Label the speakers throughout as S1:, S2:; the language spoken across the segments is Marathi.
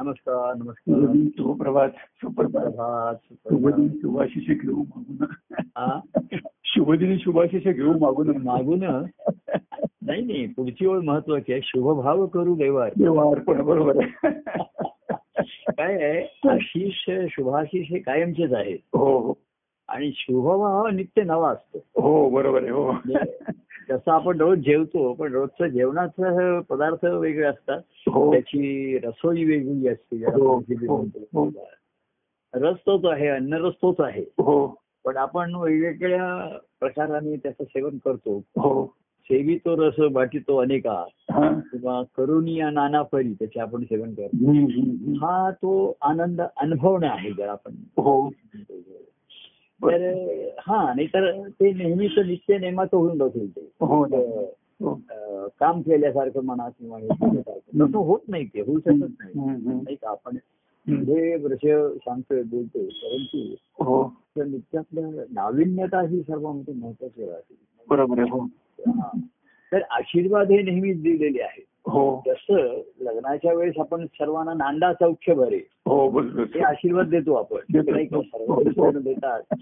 S1: नमस्कार नमस्कार
S2: शुभदिन सुप्रभात सुप्रभात
S1: सुप्रभात,
S2: शुभदिन
S1: सुप्रभात.
S2: शुभाशिष घेऊ मागून
S1: हा?
S2: शुभदिन शुभाशिष घेऊ मागून
S1: मागून नाही नाही पुढची ओळ महत्वाची आहे शुभभाव करू देवा
S2: देवा अर्पण बरोबर आहे.
S1: काय आहे आशिष शुभाशिष हे कायमचेच आहेत
S2: हो हो.
S1: आणि शुभभाव हा नित्य नवा असतो
S2: हो बरोबर आहे हो
S1: जसं आपण रोज जेवतो पण रोजचं जेवणाचं पदार्थ वेगळे असतात
S2: हो
S1: त्याची रसोई वेगळी असते
S2: हो, हो, हो.
S1: रस तोच आहे अन्न रस तोच आहे
S2: हो
S1: पण आपण वेगवेगळ्या प्रकाराने त्याचं सेवन करतो
S2: हो
S1: सेवी तो रस वाटी तो अनेका
S2: हा.
S1: किंवा करुणी या नाना फरी त्याचे आपण सेवन करतो
S2: हम्म, हम्म, हम्म.
S1: हा तो आनंद अनुभवणं आहे जर आपण
S2: हो
S1: तर हा नाही तर ते नेहमीच नित्य नेमाचं होऊन बसेल ते
S2: हो ना.
S1: अं,
S2: हो.
S1: अं, काम केल्यासारखं म्हणा किंवा हे केल्यासारखं तसं होत नाही ते होऊ
S2: हम्म,
S1: शकत नाही
S2: हम्म, हम्म.
S1: नाही का आपण
S2: हम्म.
S1: हे वर्ष सांगतोय बोलतोय परंतु
S2: हो
S1: त्या नित्यातल्या नाविन्यता ही सर्वांमध्ये महत्वाची राहते
S2: बरोबर आहे हो
S1: हा. तर आशीर्वाद हे नेहमीच दिलेले आहेत
S2: हो
S1: जसं लग्नाच्या वेळेस आपण सर्वांना नांदा सौख्य भरे
S2: हो बरोबर
S1: हे
S2: आहे.
S1: आशीर्वाद देतो आपण
S2: देतो.
S1: नाही का? सर्वच जण देतात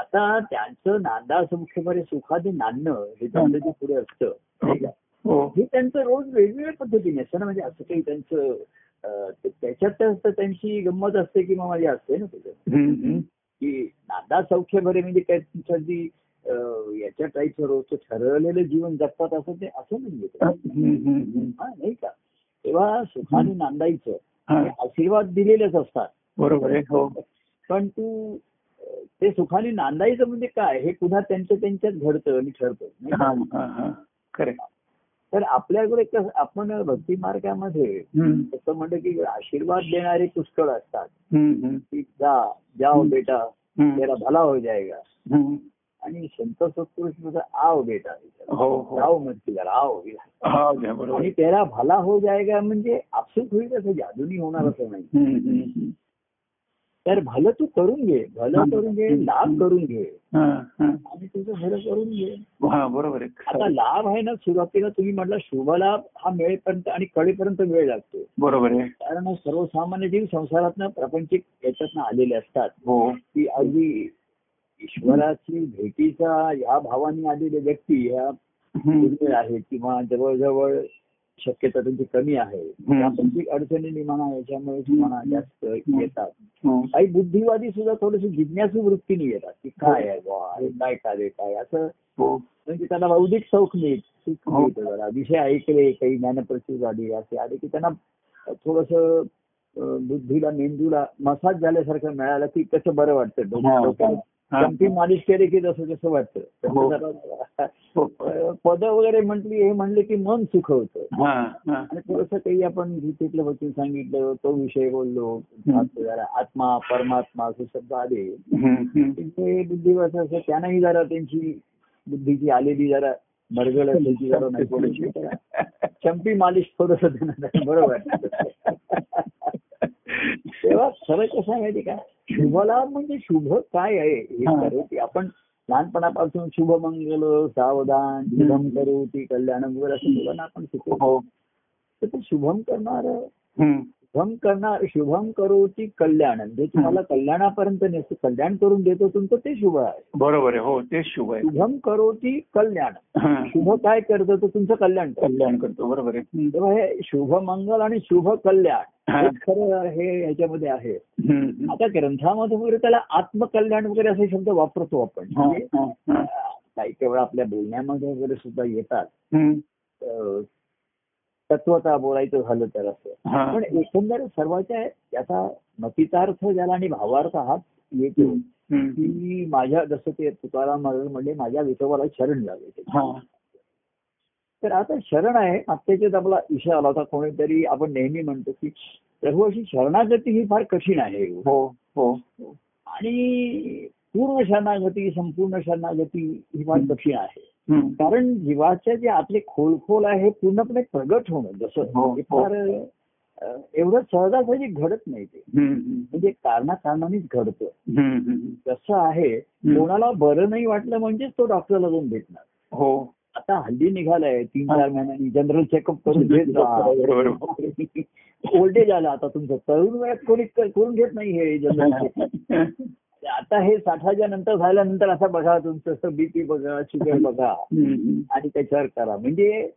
S1: आता त्यांचं नांदा सौख्य भरे सुखाचे नांदणं हे त्यांचं जे पुढे असतं नाही का?
S2: हो
S1: हे त्यांचं रोज वेगवेगळ्या पद्धतीने असतं ना म्हणजे असं काही त्यांचं अं, ते- त्याच्यात तर असतं त्यांची गंमत असते की माझी असते ना त्याच्यात
S2: हम्म, हम्म.
S1: की नांदा सौख्य भरे म्हणजे काय तुमच्या अगदी अं, याच्या टाईपचं रोजचं ठरवलेलं जीवन जगतात असं ते असं म्हणजे ते.
S2: हम्म, हम्म, हम्म.
S1: हा, नाही का तेव्हा सुखाने नांदायचं
S2: हा.
S1: हे आशीर्वाद दिलेलेच असतात
S2: बरोबर आहे हो
S1: पण तू अं, ते सुखाने नांदायचं म्हणजे काय हे पुन्हा त्यांच्या त्यांच्यात घडतं आणि ठरतं नाही का?
S2: हा हा हा खरे
S1: तर आपल्याकडे कसं आपण भक्ती मार्गामध्ये तसं म्हणलं की आशीर्वाद देणारे पुष्कळ असतात की जा जाओ बेटा तेरा भला हो जाएगा आणि संत सत्पुरुष तुझा आओ बेटा
S2: हो हो
S1: जाओ म्हणते जरा आओ
S2: हा घ्या बरोबर
S1: आणि तेरा भला हो जाएगा म्हणजे आपसूक होईल असं जादूनी होणार असं नाही
S2: हम्म, हम्म,
S1: तर भलं तू करून घे भलं करून घे लाभ करून घे
S2: हम्म. हा,
S1: आणि तुझं भलं करून घे
S2: हा. हा बरोबर आहे
S1: आता
S2: खरं.
S1: लाभ आहे ना सुरुवातीला तुम्ही म्हटलं शुभलाभ हा मिळेपर्यंत आणि कळेपर्यंत वेळ लागतो
S2: बरोबर आहे
S1: कारण सर्वसामान्य जीव संसारातनं प्रापंचिक याच्यातनं आलेले असतात
S2: हो
S1: की अगदी ईश्वराची भेटीचा या भावाने आलेले व्यक्ती ह्या
S2: हम्म,
S1: दुर्मिळ आहेत किंवा जवळजवळ शक्यता त्यांची कमी आहे
S2: हम्म.
S1: प्रापंचिक अडचणीने म्हणा याच्यामुळे म्हणा जास्त येतात
S2: हो.
S1: काही बुद्धिवादी सुद्धा थोडीशी जिज्ञासू वृत्तीने येतात की काय आहे बुवा हे काय कार्य काय असं
S2: हो
S1: म्हणजे त्यांना बौद्धिक सौख मिळत सुख
S2: हो.
S1: मिळतं जरा. विषय ऐकले काही ज्ञानप्रचू झाली असे आले की त्यांना थोडस बुद्धीला मेंदूला मसाज झाल्यासारखं मिळालं की कसं बरं वाटतं
S2: हा.
S1: डोक्याला.
S2: हा.
S1: चमटी मालिश केली की जसं जसं वाटतं
S2: हो.
S1: तसं जरा-
S2: हो.
S1: अं, पद वगैरे म्हटली हे म्हणले की मन सुखवतं
S2: हा, हा.
S1: आणि थोडस काही आपण गीतेतलं वचन सांगितलं तो विषय बोललो
S2: हं.
S1: आता जरा आत्मा परमात्मा असे शब्द आले
S2: हम्म, हम्म.
S1: ते बुद्धिवास असं त्यांनाही जरा त्यांची बुद्धीची आलेली जरा मरगळ असेल ती जरा नाही थोडीशी जरा चंपी मालिश थोडस बरोबर तेव्हा खरं कसं आहे माहिती का शुभलाभ म्हणजे शुभ काय आहे हे
S2: हा.
S1: खरं की आपण लहानपणापासून शुभमंगल सावधान शुभम करू ती कल्याण वगैरे असं मुलांना आपण शिकवतो
S2: हो
S1: तर ते शुभम करणार
S2: हम्म.
S1: शुभम करणार शुभम करोती कल्याण म्हणजे तुम्हाला कल्याणापर्यंत नेसतो कल्याण करून देतो तुमचं ते शुभ आहे
S2: बरोबर आहे हो तेच शुभ आहे
S1: शुभम करोती कल्याण
S2: हा.
S1: शुभ काय करतं तर तुमचं कल्याण करतं
S2: कल्याण करतो बरोबर आहे हम्म.
S1: तेव्हा हे शुभ मंगल आणि शुभ कल्याण
S2: हा.
S1: हेच खरं हे ह्याच्यामध्ये आहे
S2: हम्म, हम्म.
S1: आता ग्रंथामध्ये वगैरे त्याला आत्मकल्याण वगैरे असे शब्द वापरतो आपण
S2: हा,
S1: म्हणजे,
S2: हा, हा.
S1: अं, काही केवळ आपल्या बोलण्यामध्ये वगैरे सुद्धा येतात
S2: हम्म.
S1: अं, तत्वता बोलायचं झालं तर असं
S2: हा.
S1: पण एकंदर सर्वाच्या याचा मतितार्थ ज्याला आणि भावार्थ हाच येतो
S2: हम्म.
S1: की माझ्या जसं ते तुकाराम महाराज म्हणजे माझ्या विठोबाला शरण लागेल
S2: हा.
S1: तर आता शरण आहे आत्ताच्याच आपला विषय आला होता कोणीतरी आपण नेहमी म्हणतो की प्रभू अशी शरणागती ही फार कठीण आहे
S2: हो हो
S1: आणि पूर्ण शरणागती संपूर्ण शरणागती ही फार कठीण आहे
S2: हम्म.
S1: कारण जीवाच्या जे आतले खोलखोल आहे पूर्णपणे प्रगट होणं जसं
S2: हो,
S1: हे
S2: हो.
S1: फार अ, एवढं सहजासहजी घडत नाही ते
S2: हम्म,
S1: म्हणजे कारणाकारणानेच घडतं
S2: हम्म. हम्म, हम्म.
S1: कसं आहे कोणाला बरं नाही वाटलं म्हणजेच तो डॉक्टरला जाऊन भेटणार
S2: हो
S1: आता हल्ली निघालाय तीन चार महिन्यांनी जनरल चेकअप करून घेत
S2: बरोबर.
S1: जा ओल्ड एज आला आता तुमचं तरुण वयात कोणी क- करून घेत नाही हे जनरल चेकअप आता हे साठाच्या नंतर झाल्यानंतर असा बघा तुमचं बीपी बघा शुगर बघा आणि त्याच्यावर करा म्हणजे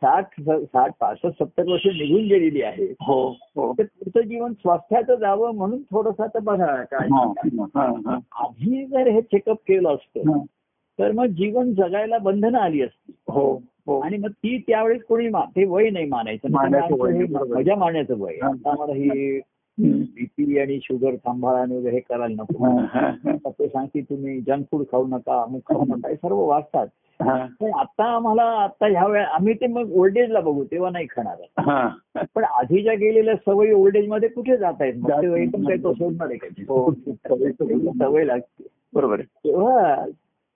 S1: साठ साठ पासष्ट सत्तर वर्ष निघून गेलेली आहे
S2: हो हो
S1: तर तुमचं जीवन स्वास्थ्याचं जावं म्हणून थोडस आता बघा काय
S2: हा, हा, हा.
S1: आधी जर हे चेकअप केलं असतं
S2: हा.
S1: तर मग जीवन जगायला बंधनं आली असती
S2: हो हो
S1: आणि मग ती त्यावेळेस कोणी मा- ते वय नाही मानायचं म्हणजे
S2: मानायचं वय
S1: हे
S2: नाही, बरोबर.
S1: मजा मारण्याचं वय
S2: हा.
S1: आता आम्हाला ही
S2: हम्म.
S1: बीपी आणि शुगर सांभाळा आणि वगैरे हे करायला
S2: हा,
S1: नको
S2: हा, हा.
S1: आता ते सांगते तुम्ही जंक फूड खाऊ नका अमुक खाऊ नका हे सर्व वाचतात
S2: हा,
S1: पण आता आम्हाला आता ह्या वेळा आम्ही ते मग ओल्ड एजला बघू तेव्हा नाही खाणार आहे.
S2: हा.
S1: पण आधीच्या गेलेल्या सवयी ओल्ड एज मध्ये कुठे जात आहेत मग
S2: जात
S1: ते वय पण
S2: नाही.
S1: काही तो सोडणार आहे काही
S2: हो, सवय तर होईल.
S1: सवय लागते
S2: बरोबर आहे
S1: तेव्हा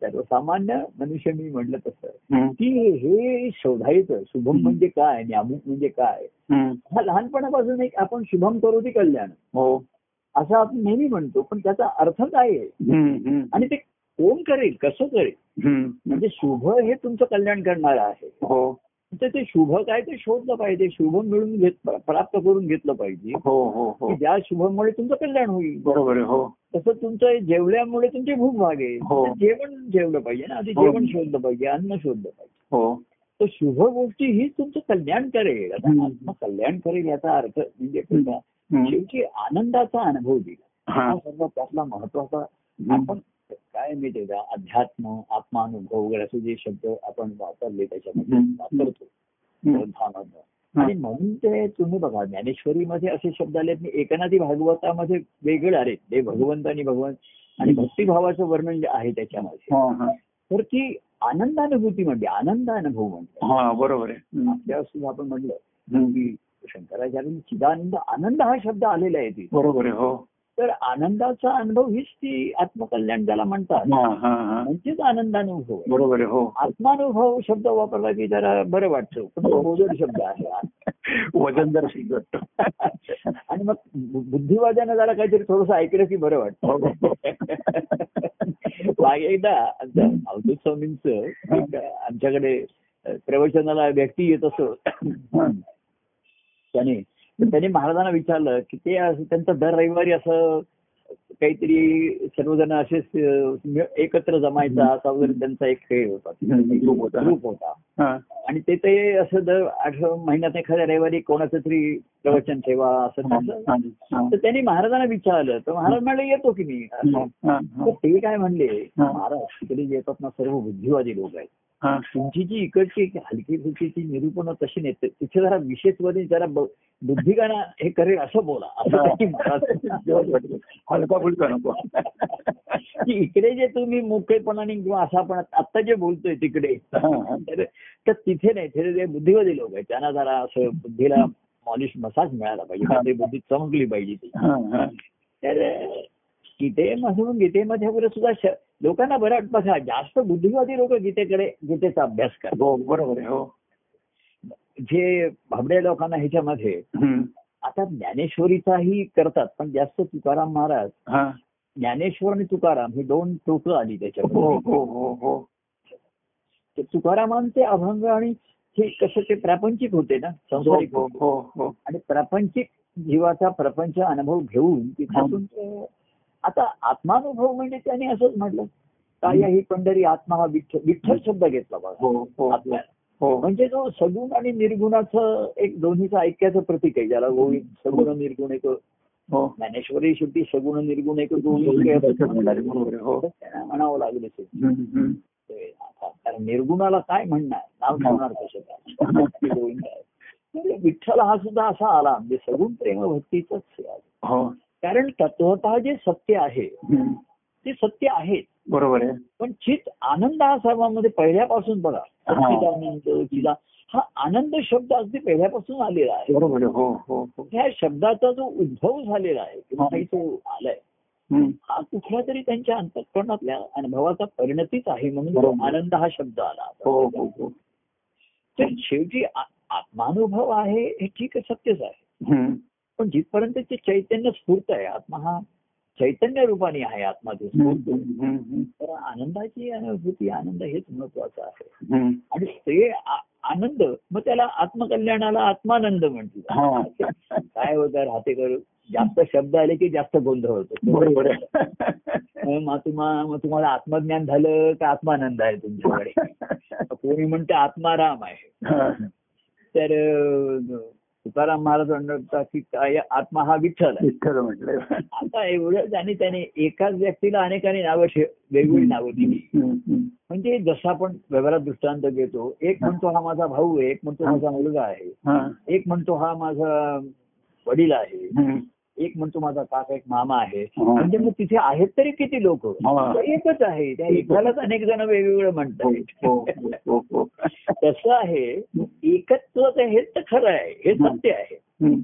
S1: सर्वसामान्य मनुष्य मी म्हटलं तसं
S2: हम्म,
S1: की हे शोधायचं शुभम म्हणजे काय आणि अमुक म्हणजे काय
S2: हम्म.
S1: हा लहानपणापासून एक आपण शुभम करू ती कल्याण
S2: हो
S1: असं आपण नेहमी म्हणतो पण त्याचा अर्थ काय आहे
S2: हम्म, हम्म.
S1: आणि ते कोण करेल कसं करेल
S2: हम्म.
S1: म्हणजे शुभ हे तुमचं कल्याण करणार आहे
S2: हो
S1: तर ते शुभ काय ते शोधलं पाहिजे शुभ मिळून घेत प्राप्त करून घेतलं पाहिजे
S2: हो हो हो
S1: की ज्या शुभमुळे तुमचं कल्याण होईल
S2: बरोबर आहे हो
S1: तसं तुमचं जेवल्यामुळे तुमची भूक भागेल
S2: हो.
S1: तर जेवण जेवलं पाहिजे ना आधी
S2: हो.
S1: जेवण शोधलं पाहिजे अन्न शोधलं पाहिजे
S2: हो
S1: तर शुभ गोष्टी ही तुमचं कल्याण करेल आता
S2: हम्म.
S1: आत्मा कल्याण करेल याचा अर्थ म्हणजे
S2: हम्म.
S1: कसं?
S2: हम्म.
S1: शेवटी आनंदाचा अनुभव दिला
S2: हा
S1: हा सर्वात त्यातला महत्वाचा
S2: हम्म.
S1: आपण काय मी ते अध्यात्म आत्मानुभव वगैरे असे जे शब्द आपण वापरले त्याच्यामध्ये
S2: हम्म.
S1: वापरतो
S2: हम्म.
S1: ग्रंथामधनं. आणि म्हणून ते तुम्ही बघा ज्ञानेश्वरीमध्ये असे शब्द आले एकनाथी भागवतामध्ये वेगळे आले ते भगवंत आणि भगवंत आणि भक्तिभावाचं वर्णन जे आहे त्याच्यामध्ये
S2: हा, हा.
S1: तर ती आनंदानुभूती म्हणजे आनंद अनुभव म्हणजे
S2: हा बरोबर आहे हम्म.
S1: आपल्या सुद्धा आपण म्हणलं
S2: हम्म.
S1: की शंकराचार्य चिदानंद आनंद हा शब्द आलेला आहे ती
S2: बरोबर आहे हो
S1: तर आनंदाचा अनुभव हीच ती आत्मकल्याण ज्याला म्हणतात
S2: हा हा हा
S1: म्हणजेच आनंदानुभव आहे.
S2: बरोबर आहे हो
S1: आत्मानुभव शब्द वापरला की जरा बरं वाटतं पण तो बोजड शब्द आहे
S2: वजनदार शिक
S1: आणि मग बु- बुद्धिवाद्यानं जरा काहीतरी थोडस ऐकलं की बरं वाटतं मागे एकदा आमच्या अवधूत स्वामींचं एक आमच्याकडे अ, प्रवचनाला व्यक्ती येत असत त्याने त्याने महाराजांना विचारलं की ते असं- त्यांचं दर रविवारी असं काहीतरी सर्वजण असेच अ, मिळ- एकत्र जमायचा असा वगैरे त्यांचा एक खेळ होता
S2: हम्म, group होता.
S1: ग्रुप होता आणि ते ते असं दर आठ महिन्यात एखाद्या रविवारी कोणाचं तरी प्रवचन ठेवा असं तसं. तर त्यांनी महाराजांना विचारलं तर महाराज म्हणाले येतो की मी असं. तर ते काय म्हणले महाराज तिकडे जे येतात ना सर्व बुद्धिवादी लोक आहेत तुमची जी इकडची हलकी फुलकीची निरूपण तशी नाही तिथे जरा विशेष मध्ये जरा ब- बुद्धिगाना हे करेल असं बोला
S2: हो.
S1: असं त्यांनी महाराज
S2: हलका फुलका नको
S1: की इकडे जे तुम्ही मोकळेपणाने किंवा असा आपण आता जे बोलतोय तिकडे
S2: हा, हा.
S1: तर तर तिथे नाही तिथे जे बुद्धिवादी लोक आहेत त्यांना जरा असं बुद्धीला मॉलिश मसाज मिळाला पाहिजे
S2: हा.
S1: म्हणजे बुद्धी चमकली पाहिजे ती
S2: हा, हा.
S1: तर गीतेमधून गीतेमध्ये वगैरे सुद्धा श- लोकांना बरं बघा जास्त बुद्धिवादी लोक गीतेकडे गीतेचा अभ्यास करतात
S2: हो बरोबर आहे हो
S1: जे भाबड्या लोकांना ह्याच्यामध्ये
S2: हम्म.
S1: आता ज्ञानेश्वरीचाही करतात पण जास्त तुकाराम महाराज
S2: हा.
S1: ज्ञानेश्वर आणि तुकाराम ही दोन टोकं आली
S2: हो
S1: त्याच्यामध्ये
S2: हो हो हो
S1: ते तुकारामांचे अभंग आणि ते कसं ते प्रापंचिक होते ना
S2: हो
S1: संसारिक
S2: हो
S1: होते.
S2: हो हो
S1: आणि प्रापंचिक जीवाचा प्रपंच अनुभव घेऊन तिथून
S2: हो.
S1: ते आता आत्मानुभव म्हणजे त्याने असंच म्हटलं काय ही पंढरी आत्मा हा विठ्ठल विठ्ठल शब्द घेतला बघा
S2: हो हो हो
S1: आत्मा-
S2: हो
S1: म्हणजे जो सगुण आणि निर्गुणाचं एक दोन्हीचं ऐक्याचं प्रतीक आहे ज्याला गोविंद सगुण निर्गुण एक
S2: हो
S1: ज्ञानेश्वरी शेवटी सगुण निर्गुण एक गोविंद एक असं
S2: बरोबर
S1: म्हणाले.
S2: आहे, हो
S1: तर त्यांना म्हणावं लागलं ते.
S2: हम्म, हम्म.
S1: ते आता कारण निर्गुणाला काय म्हणणार नाव ठेवणार कसं काय गोविंद आहे. तर विठ्ठल हा सुद्धा असा आला म्हणजे सगुण प्रेम भक्तीचाच हे आहे.
S2: हो
S1: कारण तत्वतः जे सत्य आहे
S2: हम्म.
S1: ते सत्य आहे
S2: बरोबर आहे
S1: पण चित आनंद हा सर्वांमध्ये पहिल्यापासून बघा
S2: हा.
S1: चिदानंद चिदा हा आनंद शब्द अगदी पहिल्यापासून आलेला आहे
S2: बरोबर आहे हो हो हो
S1: ह्या शब्दाचा जो उद्भव झालेला आहे किंवा काही तो आलाय
S2: हम्म.
S1: हा कुठल्या तरी त्यांच्या अंतःकरणातल्या अनुभवाचा परिणतीच आहे म्हणून तो
S2: बरोबर.
S1: आनंद हा शब्द आला
S2: हो हो हो
S1: तर शेवटी आ- आत्मानुभव आहे हे ठीक आहे सत्यच आहे
S2: हम्म.
S1: पण जिथपर्यंत ते चैतन्य स्फूर्त आहे आत्मा हा चैतन्य रूपाने आहे आतमध्ये
S2: हम्म, हम्म, हम्म,
S1: तर आनंदाची अनुभूती आनंद हेच महत्वाचं आहे
S2: हम्म.
S1: आणि ते आ- आनंद मग त्याला आत्मकल्याणाला आत्मानंद म्हणतो
S2: हा.
S1: काय होतं राहते कर जास्त शब्द आले की जास्त गोंधळ होतो
S2: बरोबर
S1: मग तुम्हा- मग तुम्हाला आत्मज्ञान झालं का आत्मानंद आहे तुमच्याकडे कोणी म्हणतं आत्माराम आहे तर अं, तुकाराम महाराज म्हणतात की काय आत्मा हा विठ्ठल आहे
S2: विठ्ठल म्हटलं
S1: आता एवढंच आणि त्याने एकाच व्यक्तीला अनेकांनी नावं ठेव वेगवेगळी नावं दिली
S2: हम्म, हम्म.
S1: म्हणजे जसं आपण व्यवहारात दृष्टांत घेतो एक म्हणतो हा माझा भाऊ आहे एक म्हणतो माझा मुलगा आहे
S2: हा.
S1: एक म्हणतो हा माझा वडील आहे
S2: हम्म.
S1: एक म्हणतो माझा काका एक मामा आहे
S2: हा.
S1: म्हणजे मग तिथे आहेत तरी किती लोक
S2: हा.
S1: एकच आहे त्या एकालाच अनेक जण वेगवेगळं
S2: हो, हो,
S1: म्हणतात
S2: हो, हो.
S1: तसं आहे एकत्व तर हेच तर खरं आहे हे सत्य आहे
S2: हम्म.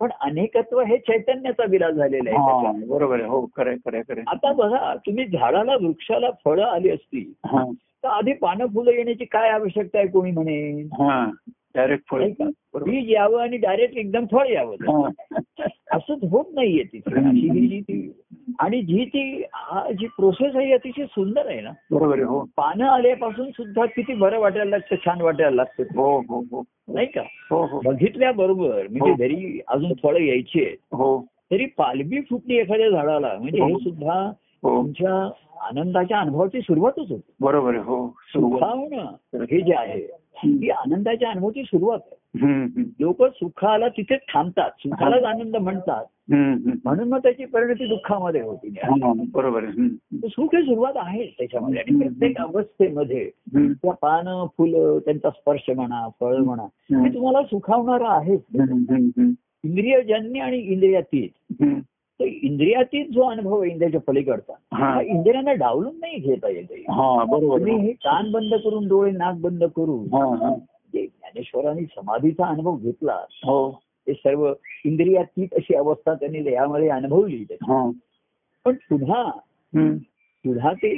S1: पण अनेकत्व हे चैतन्याचा विलास झालेला आहे
S2: हा,
S1: त्याच्यात.
S2: बरोबर आहे हो खरं आहे, खरं आहे, खरं आहे.
S1: आता बघा तुम्ही झाडाला वृक्षाला फळं आली असती
S2: हा,
S1: तर आधी पानं फुलं येण्याची काय आवश्यकता आहे कोणी म्हणेल
S2: हा डायरेक्ट फळ
S1: ऐका, बीज यावं आणि डायरेक्ट एकदम फळ यावं
S2: हा.
S1: असंच होत नाहीये तिथे
S2: हम्म.
S1: अशी ही जी ती आणि जी ती हा जी प्रोसेस आहे ही अतिशय सुंदर आहे ना
S2: बरोबर आहे हो
S1: पानं आल्यापासून सुद्धा किती बरं वाटायला लागतं छान वाटायला लागतं
S2: हो हो हो
S1: नाही का
S2: हो हो
S1: बघितल्याबरोबर
S2: हो.
S1: म्हणजे घरी अजून फळं यायची आहेत
S2: हो
S1: तरी पालवी फुटली एखाद्या झाडाला म्हणजे
S2: हो.
S1: हे सुद्धा
S2: हो
S1: तुमच्या आनंदाच्या अनुभवाची सुरुवातच होती
S2: बरोबर आहे हो सुरुवात.
S1: सुखावणं हे जे आहे ती आनंदाच्या अनुभवाची सुरुवात आहे
S2: हम्म, हम्म,
S1: लोक सुखाला तिथेच थांबतात सुखालाच आनंद म्हणतात
S2: हम्म, हम्म.
S1: म्हणून मग त्याची परिणती दुःखामध्ये होती
S2: हा, बरोबर आहे हम्म,
S1: तर सुख ही सुरुवात आहे त्याच्यामध्ये आणि प्रत्येक अवस्थेमध्ये
S2: हम्म,
S1: त्या पानं फुलं त्यांचा स्पर्श म्हणा फळ म्हणा हे
S2: हम्म,
S1: तुम्हाला सुखावणारं आहे
S2: हम्म, हम्म, हम्म,
S1: इंद्रियजन्य आणि इंद्रियातीत
S2: हम्म.
S1: तर इंद्रियातीत जो अनुभव आहे इंद्रियाच्या पलीकडचा
S2: हा.
S1: हा इंद्रियांना डावलून नाही घेता येत आहे.
S2: हा बरोबर
S1: तुम्ही
S2: आहे.
S1: हे कान बंद करून डोळे नाक बंद करून
S2: हा, हा.
S1: जे ज्ञानेश्वरांनी समाधीचा अनुभव घेतला
S2: हो
S1: ते सर्व इंद्रियातीत अशी अवस्था त्यांनी देहामध्ये अनुभवली त्याची.
S2: हा.
S1: पण पुन्हा
S2: हम्म,
S1: पुन्हा ते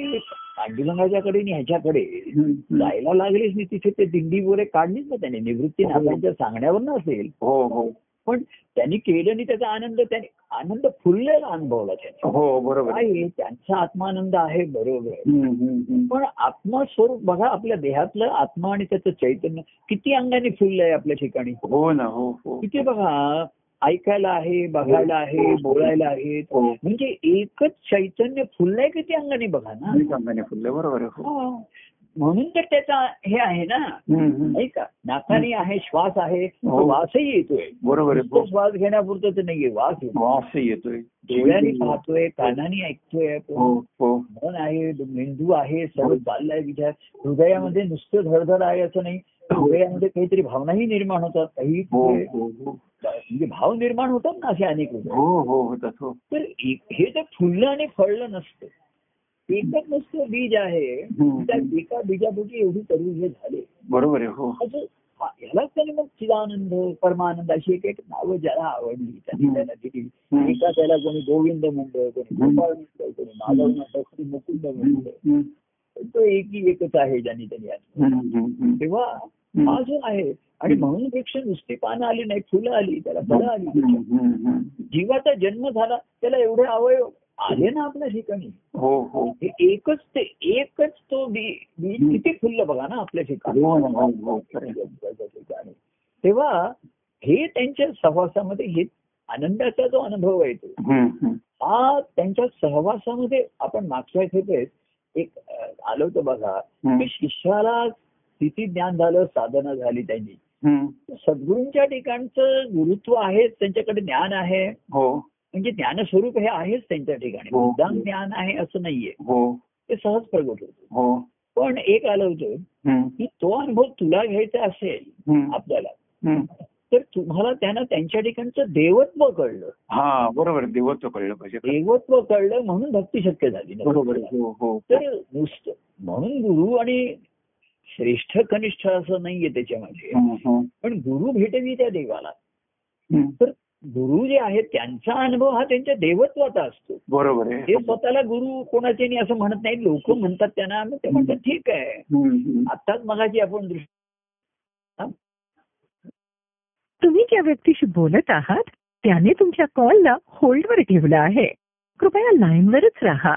S1: पांडुरंगाच्या कडेने ह्याच्याकडे
S2: हम्म, हम्म.
S1: जायला लागलीच नाही तिथे ते दिंडी वगैरे काढलीच ना त्याने निवृत्ती
S2: हो.
S1: नाथांच्या सांगण्यावर असेल
S2: हो हो
S1: पण त्यांनी केलं आणि त्याचा आनंद त्याने आनंद फुललेला अनुभवला त्याने
S2: हो बरोबर आहे.
S1: काय आहे, त्यांचा आत्मानंद आहे बरोबर आहे.
S2: हम्म, हम्म, हम्म.
S1: पण आत्मस्वरूप बघा आपल्या देहातलं आत्मा आणि त्याचं चैतन्य किती अंगाने फुललं आहे आपल्या ठिकाणी
S2: हो ना हो हो
S1: किती बघा ऐकायला आहे बघायला आहे बोलायला आहे
S2: हो
S1: म्हणजे एकच चैतन्य फुललंय किती अंगाने बघा ना
S2: मी सांगाने फुलले बरोबर आहे हो
S1: हा. म्हणून तर त्याचा हे आहे ना
S2: हम्म, हम्म.
S1: नाही का नाकाने आहे श्वास आहे
S2: हो.
S1: तो वासही येतोय
S2: बरोबर हो. आहे
S1: नुसतं
S2: हो
S1: श्वास घेण्यापुरतं तर नाहीये वास येतो
S2: वास येतोय
S1: डोळ्याने पाहतोय कानाने ऐकतोय
S2: हो
S1: आपण.
S2: हो
S1: मन आहे मेंदू आहे सर्व चाललाय विचार हृदयामध्ये नुसतं धडधड आहे असं नाही हृदयामध्ये काहीतरी भावनाही निर्माण होतात काही
S2: हो
S1: म्हणजे
S2: हो हो
S1: भाव निर्माण होतात ना असे अनेक हृदय.
S2: हो हो होतात हो
S1: तर एक- हे तर फुललं आणि फळलं नसतं एकच नुसतं बीज आहे
S2: हम्म.
S1: त्या एका बीजापोटी एवढी तरी हे झाले
S2: बरोबर आहे हो
S1: असं हा- यालाच त्याने मग चिदानंद परमानंद अशी एक एक नावं ज्याला आवडली त्यांनी
S2: हम्म.
S1: त्याला दिली
S2: हम्म.
S1: एका त्याला कोणी गोविंद म्हणलं कोणी
S2: हम्म.
S1: गोपाळ म्हणलं कोणी माधव म्हणलं कोणी मुकुंद म्हणलं
S2: हम्म,
S1: पण तो एकही एकच आहे ज्यांनी त्यांनी आत्मा.
S2: हम्म, हम्म, हम्म.
S1: तेव्हा हा जो आहे आणि म्हणून वृक्ष नुसती पानं आली नाही फुलं आली त्याला फळं आली
S2: हम्म, हम्म, हम्म.
S1: जीवाचा जन्म झाला त्याला एवढे अवयव आले ना आपल्या ठिकाणी
S2: हो हो
S1: हे एकच ते एकच तो बी- बीज किती फुललं बघा ना आपल्या ठिकाणी
S2: हो ना, हो, हो, खरं.
S1: जगाच्या ठिकाणी तेव्हा हे त्यांच्या सहवासामध्ये हे आनंदाचा जो अनुभव आहे तो
S2: हम्म, हम्म.
S1: हा त्यांच्या सहवासामध्ये आपण मागच्या खेपेत एक अ, आलो होतो बघा की शिष्याला किती म्हणजे ज्ञान झालं साधना झाली त्यांनी
S2: हम्म.
S1: सद्गुरूंच्या ठिकाणचं गुरुत्व आहे त्यांच्याकडे ज्ञान आहे
S2: हो
S1: म्हणजे ज्ञानस्वरूप हे आहेच त्यांच्या ठिकाणी
S2: हो.
S1: मुद्दाम ज्ञान आहे असं नाहीये
S2: हो
S1: ते सहज प्रगट होतं
S2: हो
S1: पण एक आलं होतं
S2: हम्म,
S1: की तो अनुभव तुला घ्यायचा असेल
S2: हम्म,
S1: आपल्याला
S2: हम्म.
S1: तर तुम्हाला त्यांना त्यांच्या ठिकाणचं देवत्व कळलं
S2: हा बरोबर आहे. देवत्व कळलं पाहिजे
S1: देवत्व कळलं म्हणून भक्ती शक्य झाली नाही.
S2: बरोबर आहे. हो हो
S1: तर नुसतं म्हणून गुरु आणि श्रेष्ठ कनिष्ठ असं नाहीये त्याच्यामध्ये
S2: हम्म, हम्म,
S1: पण गुरु भेटवी त्या देवाला
S2: हम्म.
S1: तर गुरु जे आहेत त्यांचा अनुभव हा त्यांच्या देवत्वाचा असतो
S2: बरोबर आहे
S1: ते स्वतःला गुरु कोणाचे नाही असं म्हणत नाही लोक म्हणतात त्यांना मग ते म्हणतात ठीक आहे
S2: हम्म, हम्म.
S1: आत्ताच मगाची आपण दृष्टी
S3: तुम्ही ज्या व्यक्तीशी बोलत आहात त्याने तुमच्या कॉलला होल्डवर ठेवला आहे कृपया लाईनवरच राहा